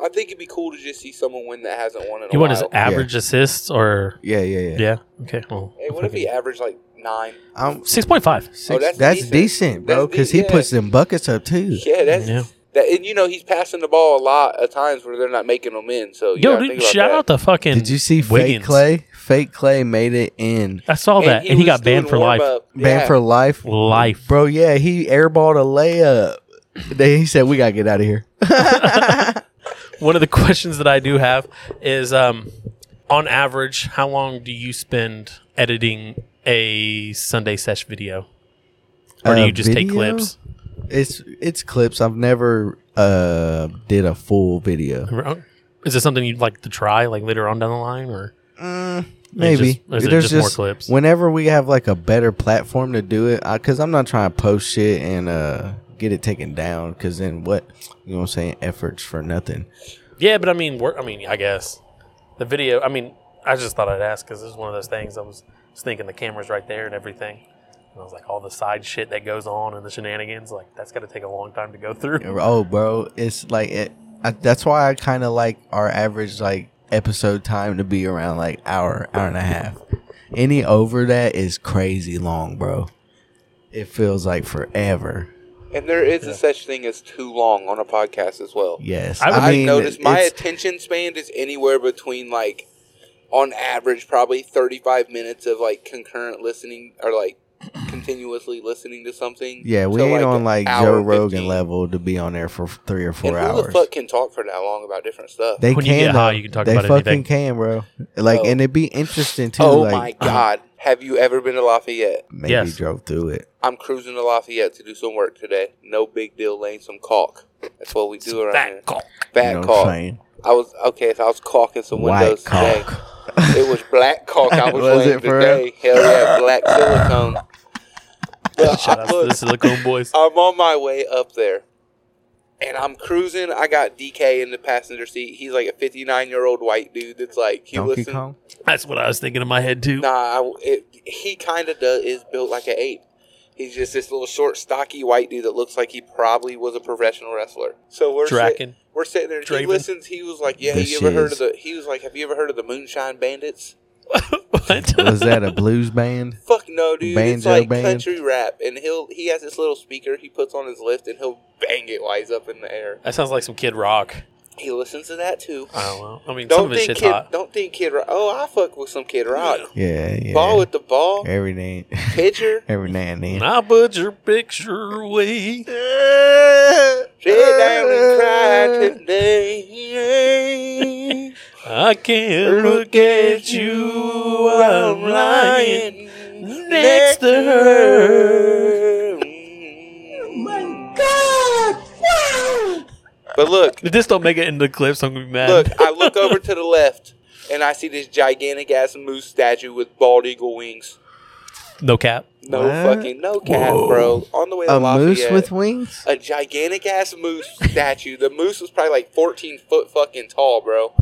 I think it'd be cool to just see someone win that hasn't won in a
you
while.
want his average assists or
Yeah, yeah,
yeah?
yeah.
Okay. Well,
Hey, wouldn't it be average like nine?
I'm
six point five?
six, that's,
Oh, that's
decent,
decent.
bro,
That's de-
because he
yeah.
puts them buckets up too.
Yeah, that's
Yeah.
that. And you know he's passing the ball a lot at times where they're not making them in. So Oh, you
Yo,
gotta
dude,
think about
shout
that.
out to fucking.
Did you see
Wiggins.
Fake Clay? Fake Clay made it in
I saw that, and
was
he, got
doing
banned for life.
warm-up.
Banned
Yeah.
for life.
Life.
Bro, yeah, he airballed a layup. then he said, We gotta get out of here.
One of the questions that I do have is, um, on average, how long do you spend editing a Sunday sesh video, or do
Uh,
you just take
video?
clips?
It's it's clips. I've never uh did a full video.
Is it something you'd like to try, like later on down the line, or
Mm, maybe
just- or is it
there's
just more clips?
Whenever we have like a better platform to do it, because I'm not trying to post shit and uh get it taken down. Because then what? You know what I'm saying? Efforts for nothing.
Yeah, but I mean, we I mean, I guess the video. I mean, I just thought I'd ask because this is one of those things. I was just thinking the camera's right there and everything. And I was like, all the side shit that goes on and the shenanigans, like that's got to take a long time to go through.
Oh, bro, it's like it. I, that's why I kind of like our average like episode time to be around like hour, hour and a half. Any over that is crazy long, bro. It feels like forever.
And there is a such thing as too long on a podcast as well.
Yes,
I
I,
mean,
noticed my
it's-
attention span is anywhere between like, on average, probably thirty-five minutes of like concurrent listening or like continuously listening to something.
Yeah, we
to,
ain't on
an
like
hour
Joe
and
Rogan
15.
level to be on there for three or four
and Who the
hours.
fuck can talk for that long about different stuff?
They
When you
can,
get high,
though.
you can talk
they
about
fucking
anything.
can, bro. Like,
Oh.
and it'd be interesting too.
oh my
like, uh-huh.
god, have you ever been to Lafayette?
maybe
Yes.
drove through it.
I'm cruising to Lafayette to do some work today. No big deal, laying some caulk. That's what we do around here.
Fat cock.
Fat
you know what I'm
caulk.
saying?
I was okay, so I was caulking some
White
windows today.
cock.
It was black caulk I was,
Was
laying
it for
today. Hell yeah, black silicone. But
Shout
I-
out to the
look,
Silicone Boys.
I'm on my way up there. And I'm cruising. I got DK in the passenger seat. He's like a 59 year old white dude that's like, you
Donkey
listen.
Kong.
That's what I was thinking in my head too.
Nah, I, it, he kind of does is built like an ape. He's just this little short, stocky white dude that looks like he probably was a professional wrestler. So we're
Draken.
sitting, we're sitting there. And he
Draven.
listens. He was like, "Yeah,
This
you ever heard
is-
of the?" He was like, "Have you ever heard of the Moonshine Bandits?"
What?
Was that a blues band?
Fuck no, dude. it's
Banjo
like
band.
country rap, and he'll he has this little speaker he puts on his lift, and he'll bang it while he's up in the air.
That sounds like some Kid Rock.
He listens to that too.
I don't know. I mean, some
Don't
of his
think
shit's
kid.
hot.
Don't think kid. Rock. Oh, I fuck with some kid rock.
Yeah, yeah.
Ball with the ball.
every name,
Pitcher.
every now and then.
I put your picture away.
Sit down and
Uh,
cry today.
I can't look at you. I'm lying. next to her. Oh
But look,
If this don't make it into the clips, I'm gonna be mad.
look, I look over to the left and I see this gigantic ass moose statue with bald eagle wings.
no cap.
No
What?
fucking no cap, bro. On the way
A
to Lafayette,
moose with wings.
a gigantic ass moose statue. The moose was probably like 14 foot fucking tall, bro.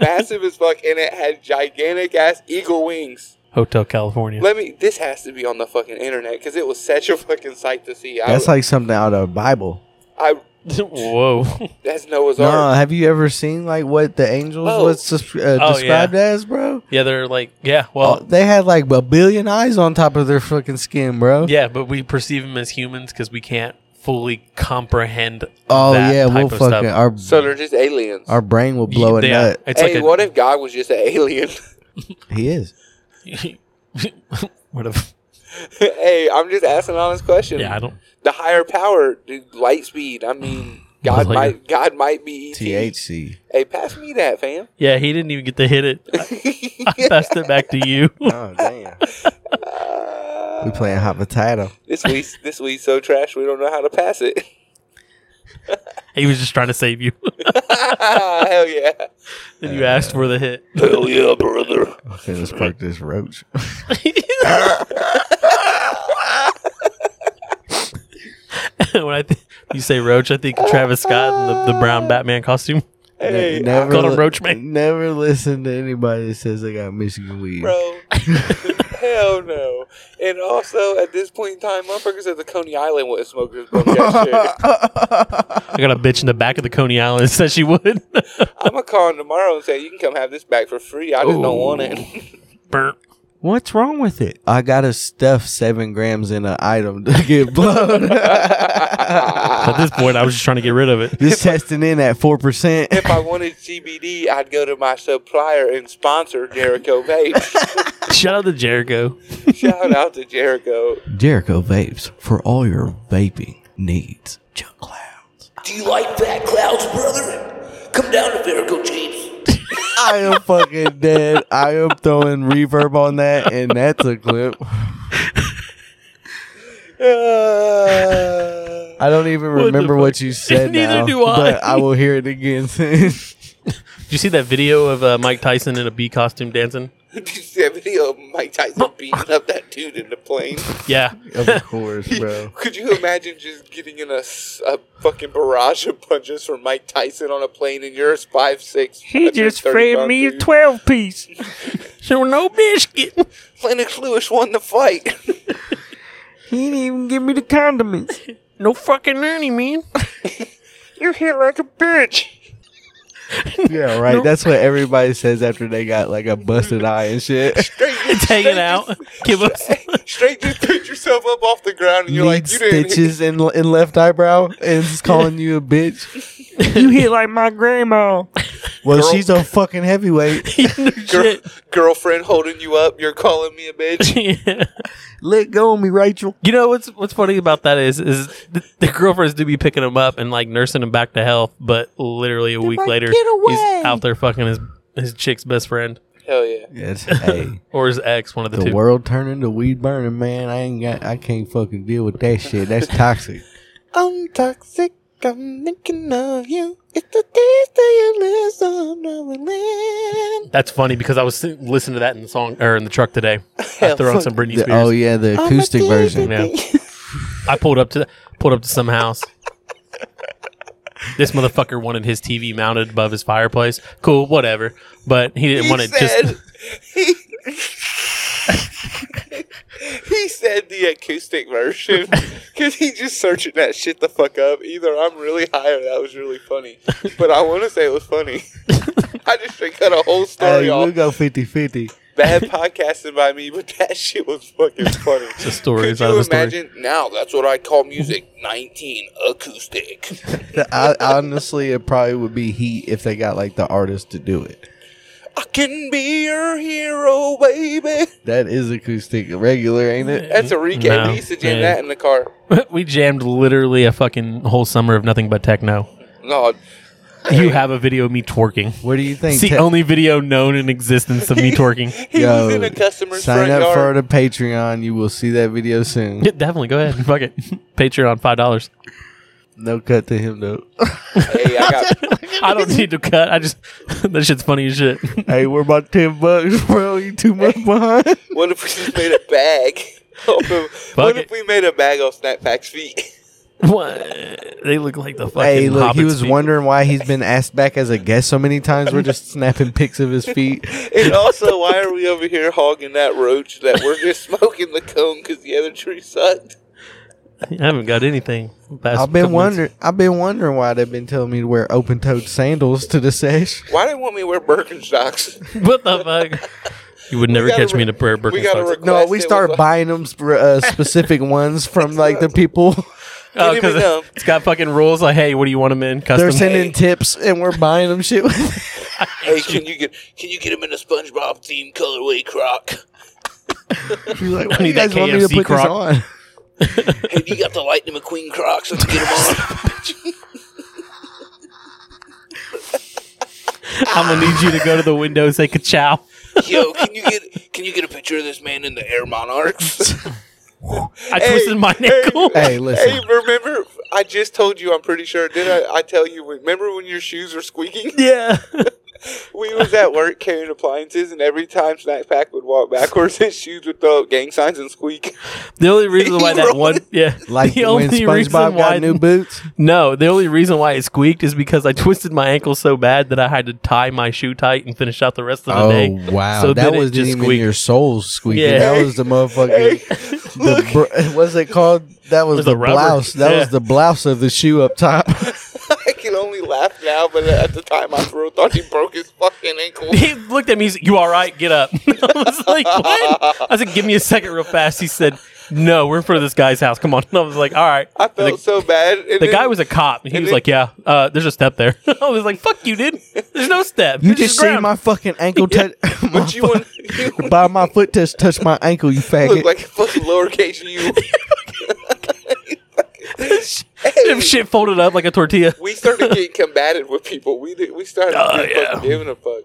Massive as fuck, and it had gigantic ass eagle wings.
Hotel California.
Let me. This has to be on the fucking internet because it was such a fucking sight to see.
That's
I,
like something out of the Bible.
I.
Whoa.
That's Noah's
No,
Ark.
have you ever seen like what the angels
Oh.
was sus- uh,
Oh,
described as, bro?
yeah, they're like, yeah,
Oh,
well,
they had like a billion eyes on top of their fucking skin, bro.
Uh,
yeah, but we perceive them as humans because we can't fully comprehend.
Oh
that
yeah,
type
we'll
of
fucking
stuff.
our
So they're just aliens.
our brain will blow a
yeah,
nut.
It's
hey,
like a,
what if God was just an alien?
He is.
what if?
hey, I'm just asking an honest question.
Yeah, I don't.
The higher power, dude, light speed. I mean, God
Like-
might God might be ET.
THC.
Hey, pass me that, fam.
Yeah, he didn't even get to hit it. I, I passed it back to you.
Oh damn. we playing hot potato.
This week's this week's so trash we don't know how to pass it.
he was just trying to save you,
Hell yeah.
and you asked for the hit.
Hell yeah, brother.
I'm finna spark this roach.
when I think you say Roach, I think Travis Scott in the, the brown Batman costume.
Hey,
Ne- never
call him
li-
Roach Man.
Never listen to anybody that says they got Michigan weed.
bro. Hell no. And also at this point in time, motherfuckers at the Coney Island wouldn't smoke this bum ass shit.
I got a bitch in the back of the Coney Island that said she would.
I'ma call him tomorrow and say you can come have this back for free. I just don't want it.
Burp.
What's wrong with it? I gotta stuff seven grams in an item to get blown.
At this point, I was just trying to get rid of it.
This testing in at four percent.
if I wanted CBD, I'd go to my supplier and sponsor Jericho Vapes.
Shout out to Jericho.
Shout out to Jericho.
Jericho vapes for all your vaping needs. Junk clouds.
Do you like fat clouds, brother? Come down to Verico James.
I am fucking dead. I am throwing reverb on that, and that's a clip.
Uh,
I don't even
the
remember what,
fuck?
you said.
Neither
now,
do I.
But I will hear it again soon.
Did you see that video of uh, Mike Tyson in a bee costume dancing?
Did you see that video of Mike Tyson beating up that dude in the plane?
Yeah.
of course, bro.
Could you imagine just getting in a, s- a fucking barrage of punches from Mike Tyson on a plane and you're five six?
He just fed me a 12 piece.
There were no biscuit.
Lennox Lewis won the fight.
He didn't even give me the condiments.
No fucking Ernie, man.
You hit like a bitch.
Yeah, right. That's what everybody says after they got like a busted eye and shit.
It's hanging out. Give us.
Straight just picked yourself up off the ground and you're
Need
like, you didn't. hit-
stitches in in left eyebrow and just calling you a bitch.
You hit like my grandma.
Well,
Girl.
she's a fucking heavyweight.
Shit.
Girlfriend holding you up. You're calling me a bitch.
Yeah.
Let go of me, Rachel.
You know what's what's funny about that is is the, the girlfriends do be picking him up and like nursing him back to health, but literally a week later he's out there fucking his his chick's best friend
Hell yeah.
Yes, hey.
or his ex, one of the,
The
two.
world turned into weed burning, man. I ain't got. I can't fucking deal with that shit. That's toxic.
I'm toxic. I'm thinking of you. It's the days that you lose. I'm traveling.
That's funny because I was sing- listening to that in the song or in the truck today. I threw on some Britney Spears.
The- oh yeah, the acoustic version.
Yeah. I pulled up to pulled up to some house. This motherfucker wanted his TV mounted above his fireplace. Cool, whatever. But he didn't
He
want it
said,
just
he, he said the acoustic version because he just searching that shit the fuck up. Either I'm really high or that was really funny. But I want to say it was funny. I just straight cut a whole
Hey,
story
we'll
off.
go 50-50.
Bad podcasting by me, but that shit was fucking funny.
the story
Could
inside of
you
the story.
imagine? Now that's what I call music. 19 acoustic.
I, honestly, it probably would be heat if they got like the artist to do it.
I can be your hero, baby.
That is acoustic regular, ain't it?
That's a recap.
No,
we used to jam
man.
that in the car.
we jammed literally a fucking whole summer of nothing but techno.
No,
You have a video of me twerking.
What do you think?
It's the
Te-
only video known in existence of me twerking.
He
Yo,
was in a customer's
sign
front
up for
yard.
the Patreon. You will see that video soon.
Yeah, definitely. Go ahead. Fuck it. Patreon five dollars.
No cut to him though.
hey, I got,
I don't need to cut. I just that shit's funny as shit.
hey, we're about ten bucks, bro. You too much behind.
what if we just made a bag? what
it.
if we made a bag of Snap Pack's feet?
what? They look like the fucking.
Hey, look, he
hobbits
was
people.
wondering why he's been asked back as a guest so many times. We're just snapping pics of his feet.
and also, why are we over here hogging that roach that we're just smoking the cone because the other tree sucked?
I haven't got anything. Past
I've been
couple months.
wondering. I've been wondering why they've been telling me to wear open-toed sandals to the sesh.
Why didn't want me to wear Birkenstocks?
What the fuck? You would never
gotta
catch me in a prayer
we gotta
Birkenstocks.
request
No, we
it
start
with a-
buying them sp- uh, specific ones from like the people.
Oh,
didn't even
'cause it-
know.
it's got fucking rules like, hey, what do you want them in? Custom.
They're sending tips and we're buying them shit.
Hey, can you get can you get him in a SpongeBob themed colorway croc?
She's like, why do you
need that
guys want me to
KFC
put
crock.
this on?
Hey, you got the Lightning McQueen crocs? Let's get him on.
I'm gonna need you to go to the window and say ka-chow.
Yo, can you get can you get a picture of this man in the Air Monarchs?
I twisted my ankle.
Hey, listen.
Hey, remember? I just told you. I'm pretty sure. Did I? I tell you? Remember when your shoes were squeaking?
Yeah.
We was at work carrying appliances, and every time Snack Pack would walk backwards, his shoes would throw up gang signs and squeak.
The only reason why that one, yeah,
Like
the
when SpongeBob got new boots.
no, the only reason why it squeaked is because I twisted my ankle so bad that I had to tie my shoe tight and finish out the rest of the day.
Oh wow,
So
that
then it
wasn't
just
even
squeaked.
your soul squeaking.
Yeah.
That was the motherfucking. the br- what's it called? That was,
was
the,
the rubber.
blouse. That
Yeah.
was the blouse of the shoe up top.
I can only laugh now, but at the time, I real thought he broke his fucking ankle.
He looked at me. He's like, "You all right? Get up." I was like, "What?" I said, "Give me a second, real fast." He said, "No, we're in front of this guy's house. Come on." And I was like, "All right."
I felt
the,
so bad. and
the
then-
guy was a cop. And he
and
was
then-
like, "Yeah, uh, there's a step there." I was like, "Fuck you, dude. There's no step.
You
There's
just see
ground."
my fucking ankle touch. my
But you want you
fu- by my foot touch touch my ankle. You faggot.
look like a fucking lowercase you.
Them shit folded up like a tortilla.
We started getting combative with people. We did, we started
Oh,
fucking
yeah.
giving a fuck.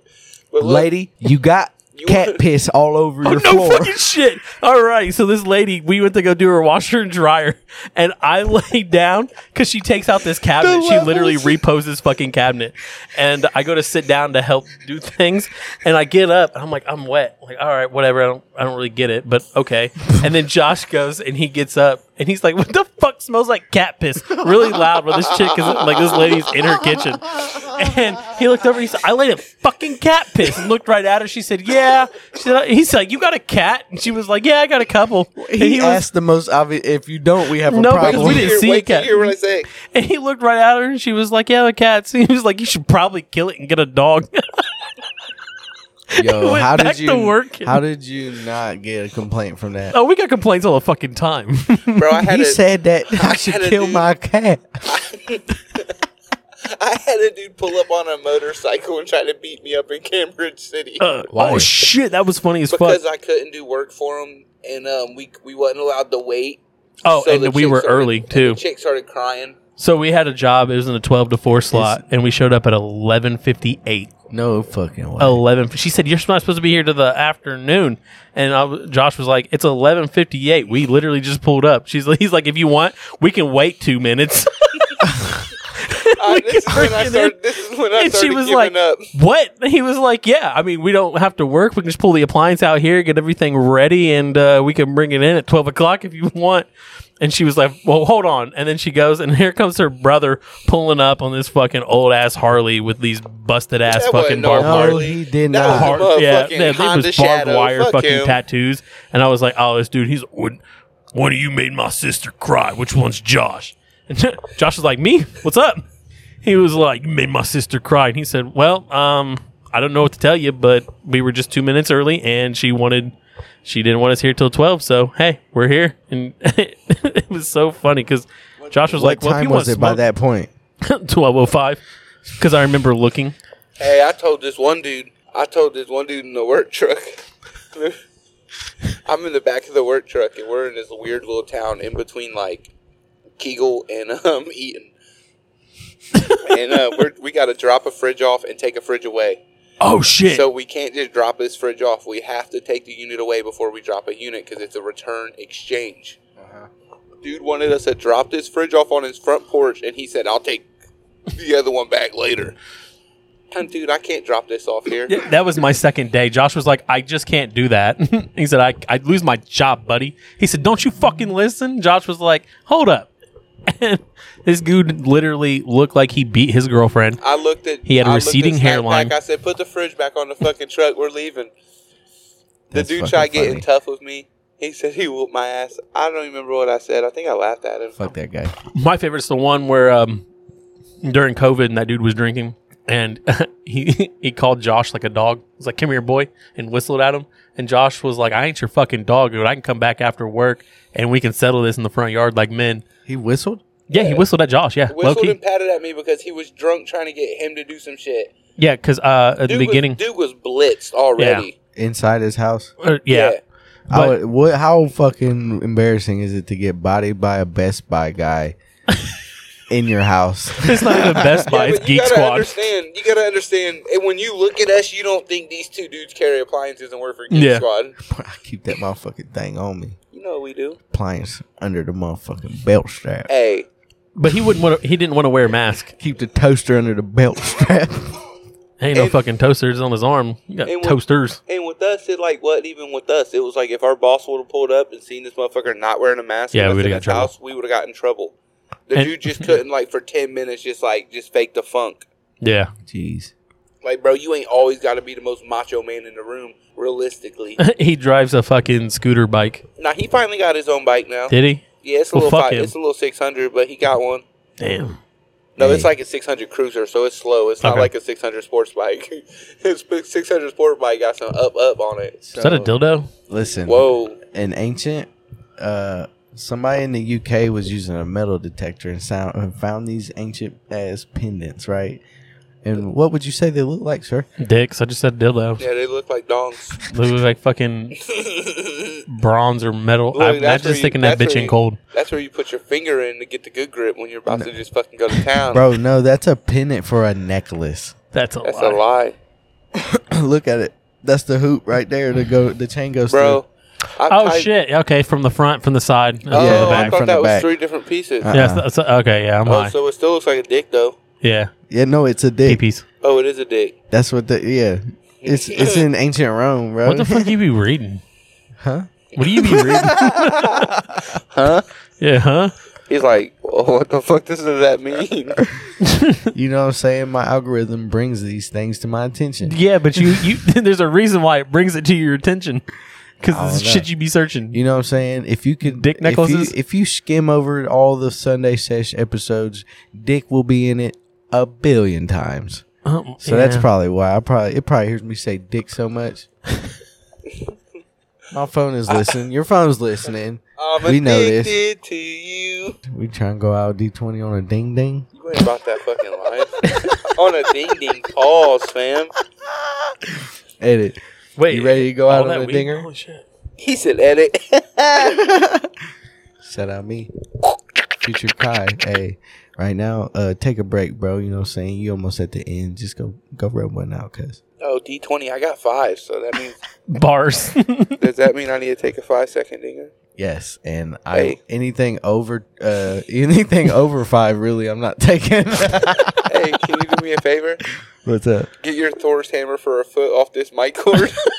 But look,
Lady, you Oh, got
You
cat
wanna-
piss all over your
Oh, no
floor.
fucking shit. All right. So this lady, we went to go do her washer and dryer, and I lay down because she takes out this cabinet. she literally reposes this fucking cabinet, and I go to sit down to help do things, and I get up and I'm like, I'm wet. like, all right, whatever. I don't, I don't really get it, but okay. And then Josh goes and he gets up and he's like, "What the fuck smells like cat piss?" Really loud. Where this chick is like, this lady's in her kitchen. And he looked over. He said, "I laid a fucking cat piss." And looked right at her. She said, "Yeah." She said, he's like, "You got a cat?" And she was like, "Yeah, I got a couple." And
He,
he was,
asked the most obvious. If you don't, we have a
No, because
problem.
we didn't
here,
see
wait
a
till
cat.
you hear what I say.
and he looked right at her, and she was like, "Yeah, the cats." He was like, "You should probably kill it and get a dog."
Yo,
went
how did
back to
you?
work.
How did you not get a complaint from that?
oh, we got complaints all the fucking time.
Bro, I had
he
a,
said that I should
had a
kill
dude-
my cat.
I had a dude pull up on a motorcycle and try to beat me up in Cambridge City.
oh shit, that was funny as fuck.
because I couldn't do work for him, and um, we we wasn't allowed to wait.
Oh,
So the
and we
chick
were
started-
early
and
too.
The chick started crying.
So we had a job. It was in the twelve to four slot, and we showed up at eleven fifty eight.
No fucking way.
Eleven. She said, "You're not supposed to be here to the afternoon." And I, w- Josh was like, "It's eleven fifty eight. We literally just pulled up." She's like, "He's like, if you want, we can wait two minutes."
I,
We
Uh, this, is
could
when I
freaking-
started, this is when I
and
started
she was
giving
like,
up.
"What?" He was like, "Yeah. I mean, we don't have to work. We can just pull the appliance out here, get everything ready, and uh, we can bring it in at twelve o'clock if you want." And she was like, "Well, hold on." And then she goes, and here comes her brother pulling up on this fucking old ass Harley with these busted ass
That wasn't
fucking
no
bar
No,
parts.
Harley.
he did not.
That was a
Hard,
motherfucking
yeah, yeah, it
Honda
was barbed
Shadow.
wire
Fuck
fucking
him.
tattoos, and I was like, "Oh, this dude, he's one, one of you made my sister cry. Which one's Josh?" And Josh was like, "Me? What's up?" He was like, "You made my sister cry," and he said, "Well, um, I don't know what to tell you, but we were just two minutes early, and she wanted." She didn't want us here till twelve, so hey, we're here, and it was so funny because Josh was
What
like, "Well, if
time
you
was
want
it by
smoke,
that point?
twelve oh five, because I remember looking.
Hey, I told this one dude. I told this one dude in the work truck. I'm in the back of the work truck, and we're in this weird little town in between like Kegel and um Eaton. and uh, we're, we got to drop a fridge off and take a fridge away.
Oh shit!
So we can't just drop this fridge off. We have to take the unit away before we drop a unit because it's a return exchange.
Uh-huh.
Dude wanted us to drop this fridge off on his front porch, and he said, "I'll take the other one back later." And dude, I can't drop this off here.
Yeah, that was my second day. Josh was like, I just can't do that. he said, I, I'd lose my job, buddy. He said, Don't you fucking listen? Josh was like, Hold up. And this dude literally looked like he beat his girlfriend.
I looked at.
He had a
I looked at
receding
Snapback,
hairline.
I said, "Put the fridge back on the fucking truck. We're leaving." The
That's
dude
fucking
tried getting
funny.
tough with me. He said he whooped my ass. I don't even remember what I said. I think I laughed at him.
Fuck that guy.
My favorite's the one where um, during COVID and that dude was drinking and he he called Josh like a dog. He was like, Come here, boy, and whistled at him. And Josh was like, I ain't your fucking dog, dude. I can come back after work and we can settle this in the front yard like men.
He whistled.
Yeah, he whistled at Josh. Yeah, low
Whistled
key.
and patted at me because he was drunk trying to get him to do some shit.
Yeah, because uh, at the
Dude
beginning,
was, dude was blitzed already.
inside his house.
uh, yeah,
I
But-
would- what? How fucking embarrassing is it to get bodied by a Best Buy guy in your house?
it's not even Best Buy.
but
it's Geek
you gotta
Squad.
Understand, you gotta understand. And when you look at us, you don't think these two dudes carry appliances and work for Geek
Yeah.
Squad.
I keep that motherfucking thing on me.
You know what we do.
Appliance under the motherfucking belt strap.
Hey,
But he wouldn't. Wanna, he didn't want to wear a mask.
Keep the toaster under the belt strap.
Ain't no
And-
fucking toasters on his arm. You got
And what-
toasters.
and with us, it like wasn't even with us. It was like if our boss would have pulled up and seen this motherfucker not wearing a mask,
Yeah,
and
we
us in
would've
his
got in trouble.
house, we would have got in trouble. The
And-
dude just couldn't like for ten minutes, just like just fake the funk.
Yeah,
Jeez.
Like, bro, you ain't always got to be the most macho man in the room. Realistically,
he drives a fucking scooter bike.
now he finally got his own bike now.
Did he?
Yeah, it's a
Well,
little
fuck
fi-
him.
it's a little six hundred, but he got one.
Damn.
No,
Hey.
it's like a 600 cruiser, so it's slow. It's not
Okay.
like a 600 sports bike. His 600 sport bike got some up up on it.
Is that a dildo?
Listen.
Whoa!
an ancient uh somebody in the UK was using a metal detector and sound and found these ancient ass pendants, right? And what would you say they look like, sir?
Dicks. I just said dildo.
Yeah, they look like dongs.
They look like fucking bronze or metal.
Look,
I'm not
that's where you-
just sticking that
that's
bitch
where
in
you-
cold.
That's where you put your finger in to get the good grip when you're about to just fucking go to town.
Bro, no, that's a pendant for a necklace.
That's a
that's
lie.
a lie,
look at it. That's the hoop right there to go the chain goes
bro. I've
Oh
tied-
shit! Okay, from the front, from the side, and
Oh,
from the
Yeah,
I
back.
from the
thought that was
back.
three different pieces.
Uh,
Yeah, so- so- okay, yeah, I'm
oh,
high.
so it still looks like a dick though.
yeah,
through. Yeah, no, it's a dick.
peepees.
Oh, it is a dick.
That's what the yeah. It's it's in ancient Rome, bro.
What the fuck you be reading?
Huh?
What do you be reading? huh? Yeah, huh?
He's like, oh, what the fuck does that mean?
you know what I'm saying? My algorithm brings these things to my attention.
Yeah, but you, you there's a reason why it brings it to your attention because
I
it's
don't know.
shit you be searching.
You know what I'm saying? If you could
Dick necklaces?
if you, if you skim over all the Sunday sesh episodes, dick will be in it a billion times.
Um,
So that's
yeah.
probably why I probably it probably hears me say dick so much. My phone is listening. Your phone's listening.
I'm
We know this.
addicted to you.
We try and go out D twenty on a ding ding.
You ain't about that fucking life. On a ding ding pause, fam.
Edit.
Wait,
You ready to go
all
out
that
on a
weed?
dinger?
Holy shit.
He said edit.
Shout out me. Future Kai. Hey. Right now, uh take a break, bro. You know what I'm saying? You almost at the end. Just go go rub one out, cuz.
oh, D twenty, I got five, so that means
Bars.
does that mean I need to take a five second dinger?
Yes, and
Hey.
I anything over uh anything over five really I'm not taking.
Hey, can you do me a favor?
What's up?
Get your Thor's hammer for a foot off this mic cord.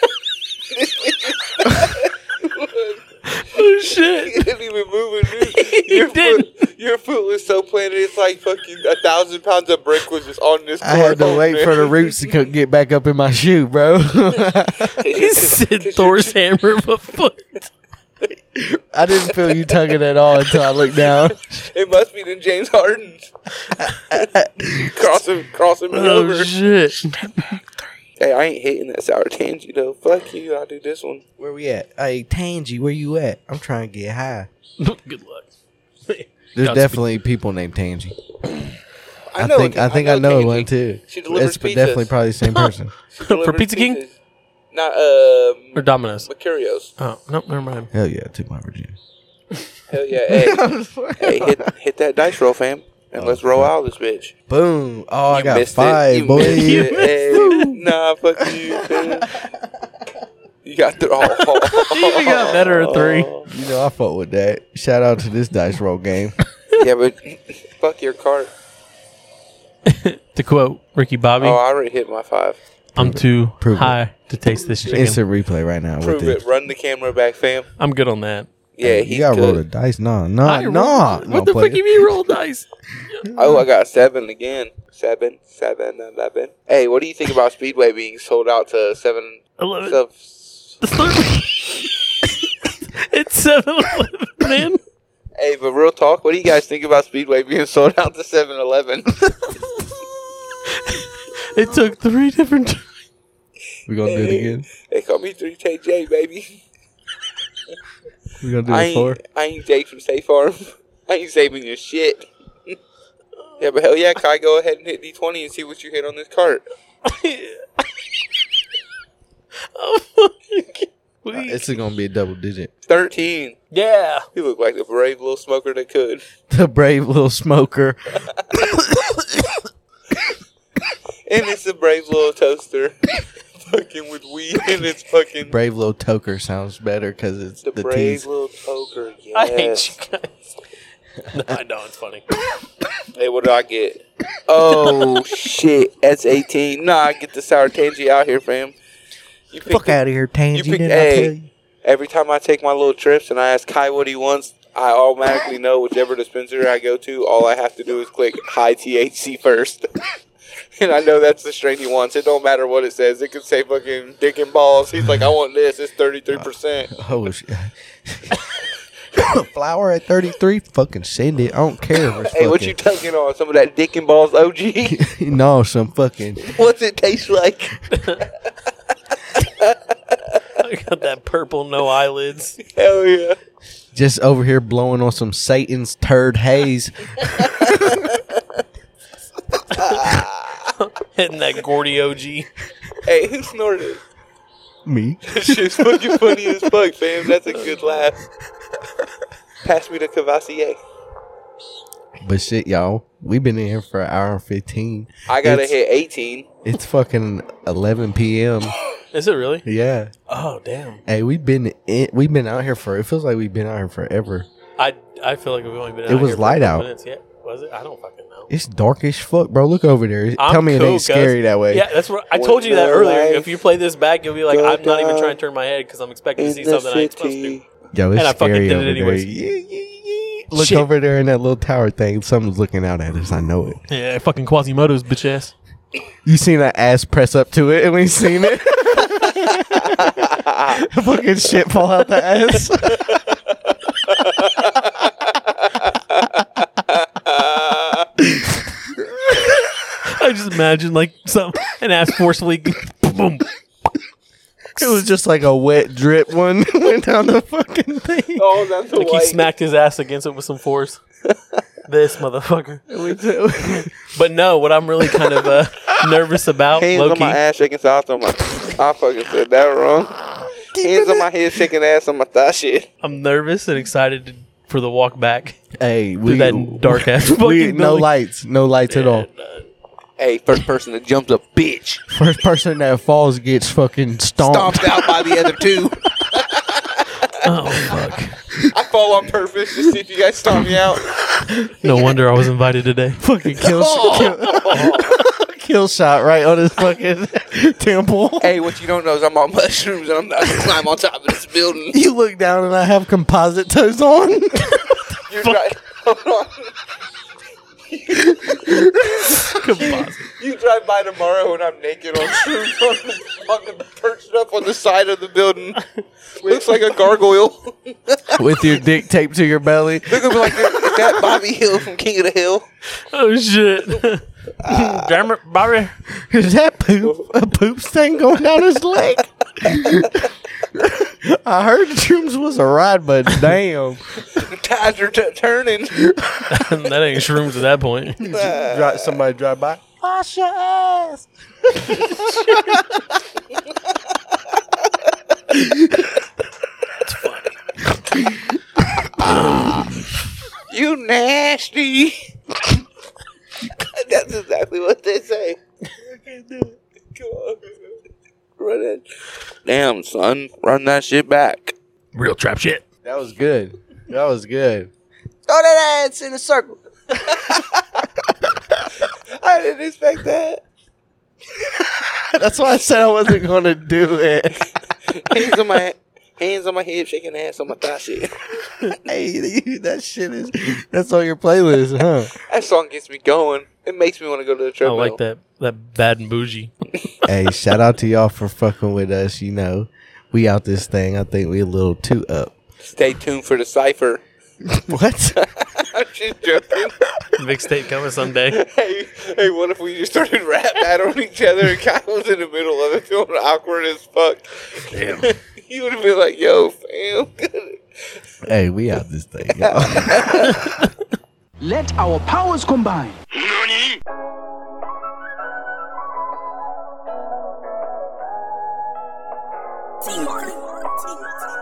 oh shit!
it ain't even moving, dude. Your
did.
foot your foot was so planted it's like fucking a thousand pounds of brick was just on this cord.
I had to
Oh,
wait
man.
for the roots to co- get back up in my shoe, bro.
He said Thor's hammer of a foot.
I didn't feel you tugging at all until I looked down.
It must be the James Harden. cross him cross him over.
Oh shit!
Hey, I ain't hitting that sour tangy though. Fuck you, I'll do this one.
Where we at? Hey, Tangy, where you at? I'm trying to get high.
Good luck.
There's
Godspeed.
definitely people named Tangy. I, think
it-
I think I know,
Tangy.
one too.
She delivers
it's
pizzas.
definitely probably the same person.
She delivers
Pizza King?
pizzas. Not um,
Or Domino's.
Mercurios.
Oh no, never mind.
Hell yeah, I took my virginity.
Hell yeah! Hey, hey, hit, hit that dice roll, fam, and let's roll out this bitch.
Boom! Oh, I
You
got
missed it.
five,
You
boy.
missed it. Hey, nah, fuck you, fam. You got the oh,
You even got better at three.
You know I fought with that. Shout out to this dice roll game.
yeah, but fuck your cart.
To quote Ricky Bobby,
Oh, I already hit my five.
"I'm too
Prove it.
high to taste this chicken."
Instant replay right now.
Prove
with
it. Run the camera back, fam.
I'm good on that.
Yeah,
You
he
gotta roll the
good.
dice. Nah, nah, Uh, nah.
What
No,
the
play
fuck you mean roll dice?
Oh, I got seven again. Seven, seven, eleven. Hey, what do you think about Speedway being sold out to seven?
Eleven.
sub-
it's seven eleven, man.
Hey, but real talk, what do you guys think about Speedway being sold out to 7 Eleven?
It took three different.
We gonna do it again.
they call me 3KJ, baby.
We gonna do
I
it four.
ain't, I ain't Jake from State Farm. I ain't saving your shit. Yeah, but hell yeah, Kai, go ahead and hit D20 and see what you hit on this cart.
This is gonna be a double digit.
13.
Yeah.
You look like the brave little smoker that could.
The brave little smoker.
And it's a brave little toaster. fucking with weed in its fucking.
Brave little toker sounds better because it's
the,
the,
brave
T's.
little poker. Yes.
I hate you guys. No, I know it's funny.
Hey, what did I get? Oh, shit. That's 18. Nah, I get the sour tangy out here, fam. You pick
Fuck out of here, Tangy.
you pick
didn't
A.
I tell you?
Every time I take my little trips and I ask Kai what he wants, I automatically know whichever dispensary I go to, all I have to do is click high THC first. and I know that's the strain he wants. It don't matter what it says. It could say fucking dick and balls. He's like, I want this. It's 33%.
Oh shit. Flower at 33, fucking send it. I don't care. If it's
Hey, what you tugging on? Some of that dick and balls OG?
fucking- no, some fucking.
What's it taste like?
I got that purple, no eyelids.
Hell yeah.
Just over here blowing on some Satan's turd haze.
Hitting that Gordy OG.
Hey, who snorted?
Me.
This shit's fucking funny as fuck, fam. That's a good laugh. Pass me the Cavassier.
But shit, y'all. We've been in here for an hour and 15.
I gotta
It's-
hit 18.
It's fucking 11 p.m.
Is it really?
Yeah.
Oh damn!
Hey, we've been in, we've been out here for. It feels like we've been out here forever.
I I feel like we've only been.
It
out
was
here for
light
a
out.
couple Minutes. Yeah, was it? I don't fucking know.
It's dark as fuck, bro. Look over there.
I'm
Tell me it
cool,
ain't scary
cuz.
that way.
Yeah, that's what I
When
told you that
the
earlier.
lights
If you play this back, you'll be like,
go
I'm not even
down
trying to turn my head because I'm expecting to see
In the
something I ain't supposed to.
city.
Yo, it's
And I fucking
scary
did it
over there.
anyways.
Yeah, yeah, yeah. Look
Shit.
over there in that little tower thing. Something's looking out at us. I know it.
Yeah, fucking Quasimodo's bitch ass.
You seen that ass press up to it, and we seen it. fucking shit fall out the ass.
I just imagine like some an ass forcefully. boom.
it was just like a wet drip one went down the fucking thing.
Oh, that's a
Like he
white.
smacked his ass against it with some force. this motherfucker.
We do-
But no, what I'm really kind of uh, nervous about,
Hands on
Loki.
my ass, shaking ass on my. I fucking said that wrong. Hands on my head, shaking ass on my thigh shit.
I'm nervous and excited to- for the walk back
hey,
through
we
that dark ass.
we,
fucking
no
building.
lights, no lights at all.
Hey, first person that jumps a bitch.
First person that falls gets fucking stomped.
Stomped out by the other two.
Oh fuck!
I fall on purpose to see if you guys stomp me out.
No wonder I was invited today.
Fucking kill, kill, kill shot right on his fucking temple.
Hey, what you don't know is I'm on mushrooms and I'm not gonna climb on top of this building.
You look down and I have composite toes on.
You're try- Hold on. You drive by tomorrow and I'm naked on shrooms on the, on the, perched up on the side of the building. Looks like a gargoyle.
With your dick taped to your belly.
They're gonna be like, is that Bobby Hill from King of the Hill?
Oh shit! Damn it, Bobby.
Is that poop? A poop stain going down his leg? I heard the shrooms was a ride, but damn.
Tides are t- turning.
that ain't shrooms at that point.
Dri- somebody drive by.
You nasty. That's exactly what they say. I can't do it. Come on. Run it. Damn, son. Run that shit back.
Real trap shit.
That was good. That was good.
Throw that ass in a circle.
I didn't expect that.
That's why I said I wasn't going to do it.
Hands on my hands on my head, shaking ass on my thigh shit.
Hey, that shit is. That's on your playlist, huh?
That song gets me going. It makes me want to go to the
I
treadmill.
like that that bad and bougie.
hey, shout out to y'all for fucking with us. You know, we out this thing. I think we a little too up.
Stay tuned for the cipher.
What?
I'm just joking.
Big state coming someday.
hey, hey, what if we just started rap battling each other and Kyle was in the middle of it feeling awkward as fuck? Damn. he would have been like, yo, fam.
hey, we out this thing. y'all.
Let our powers combine.
Team Martin. Team Martin.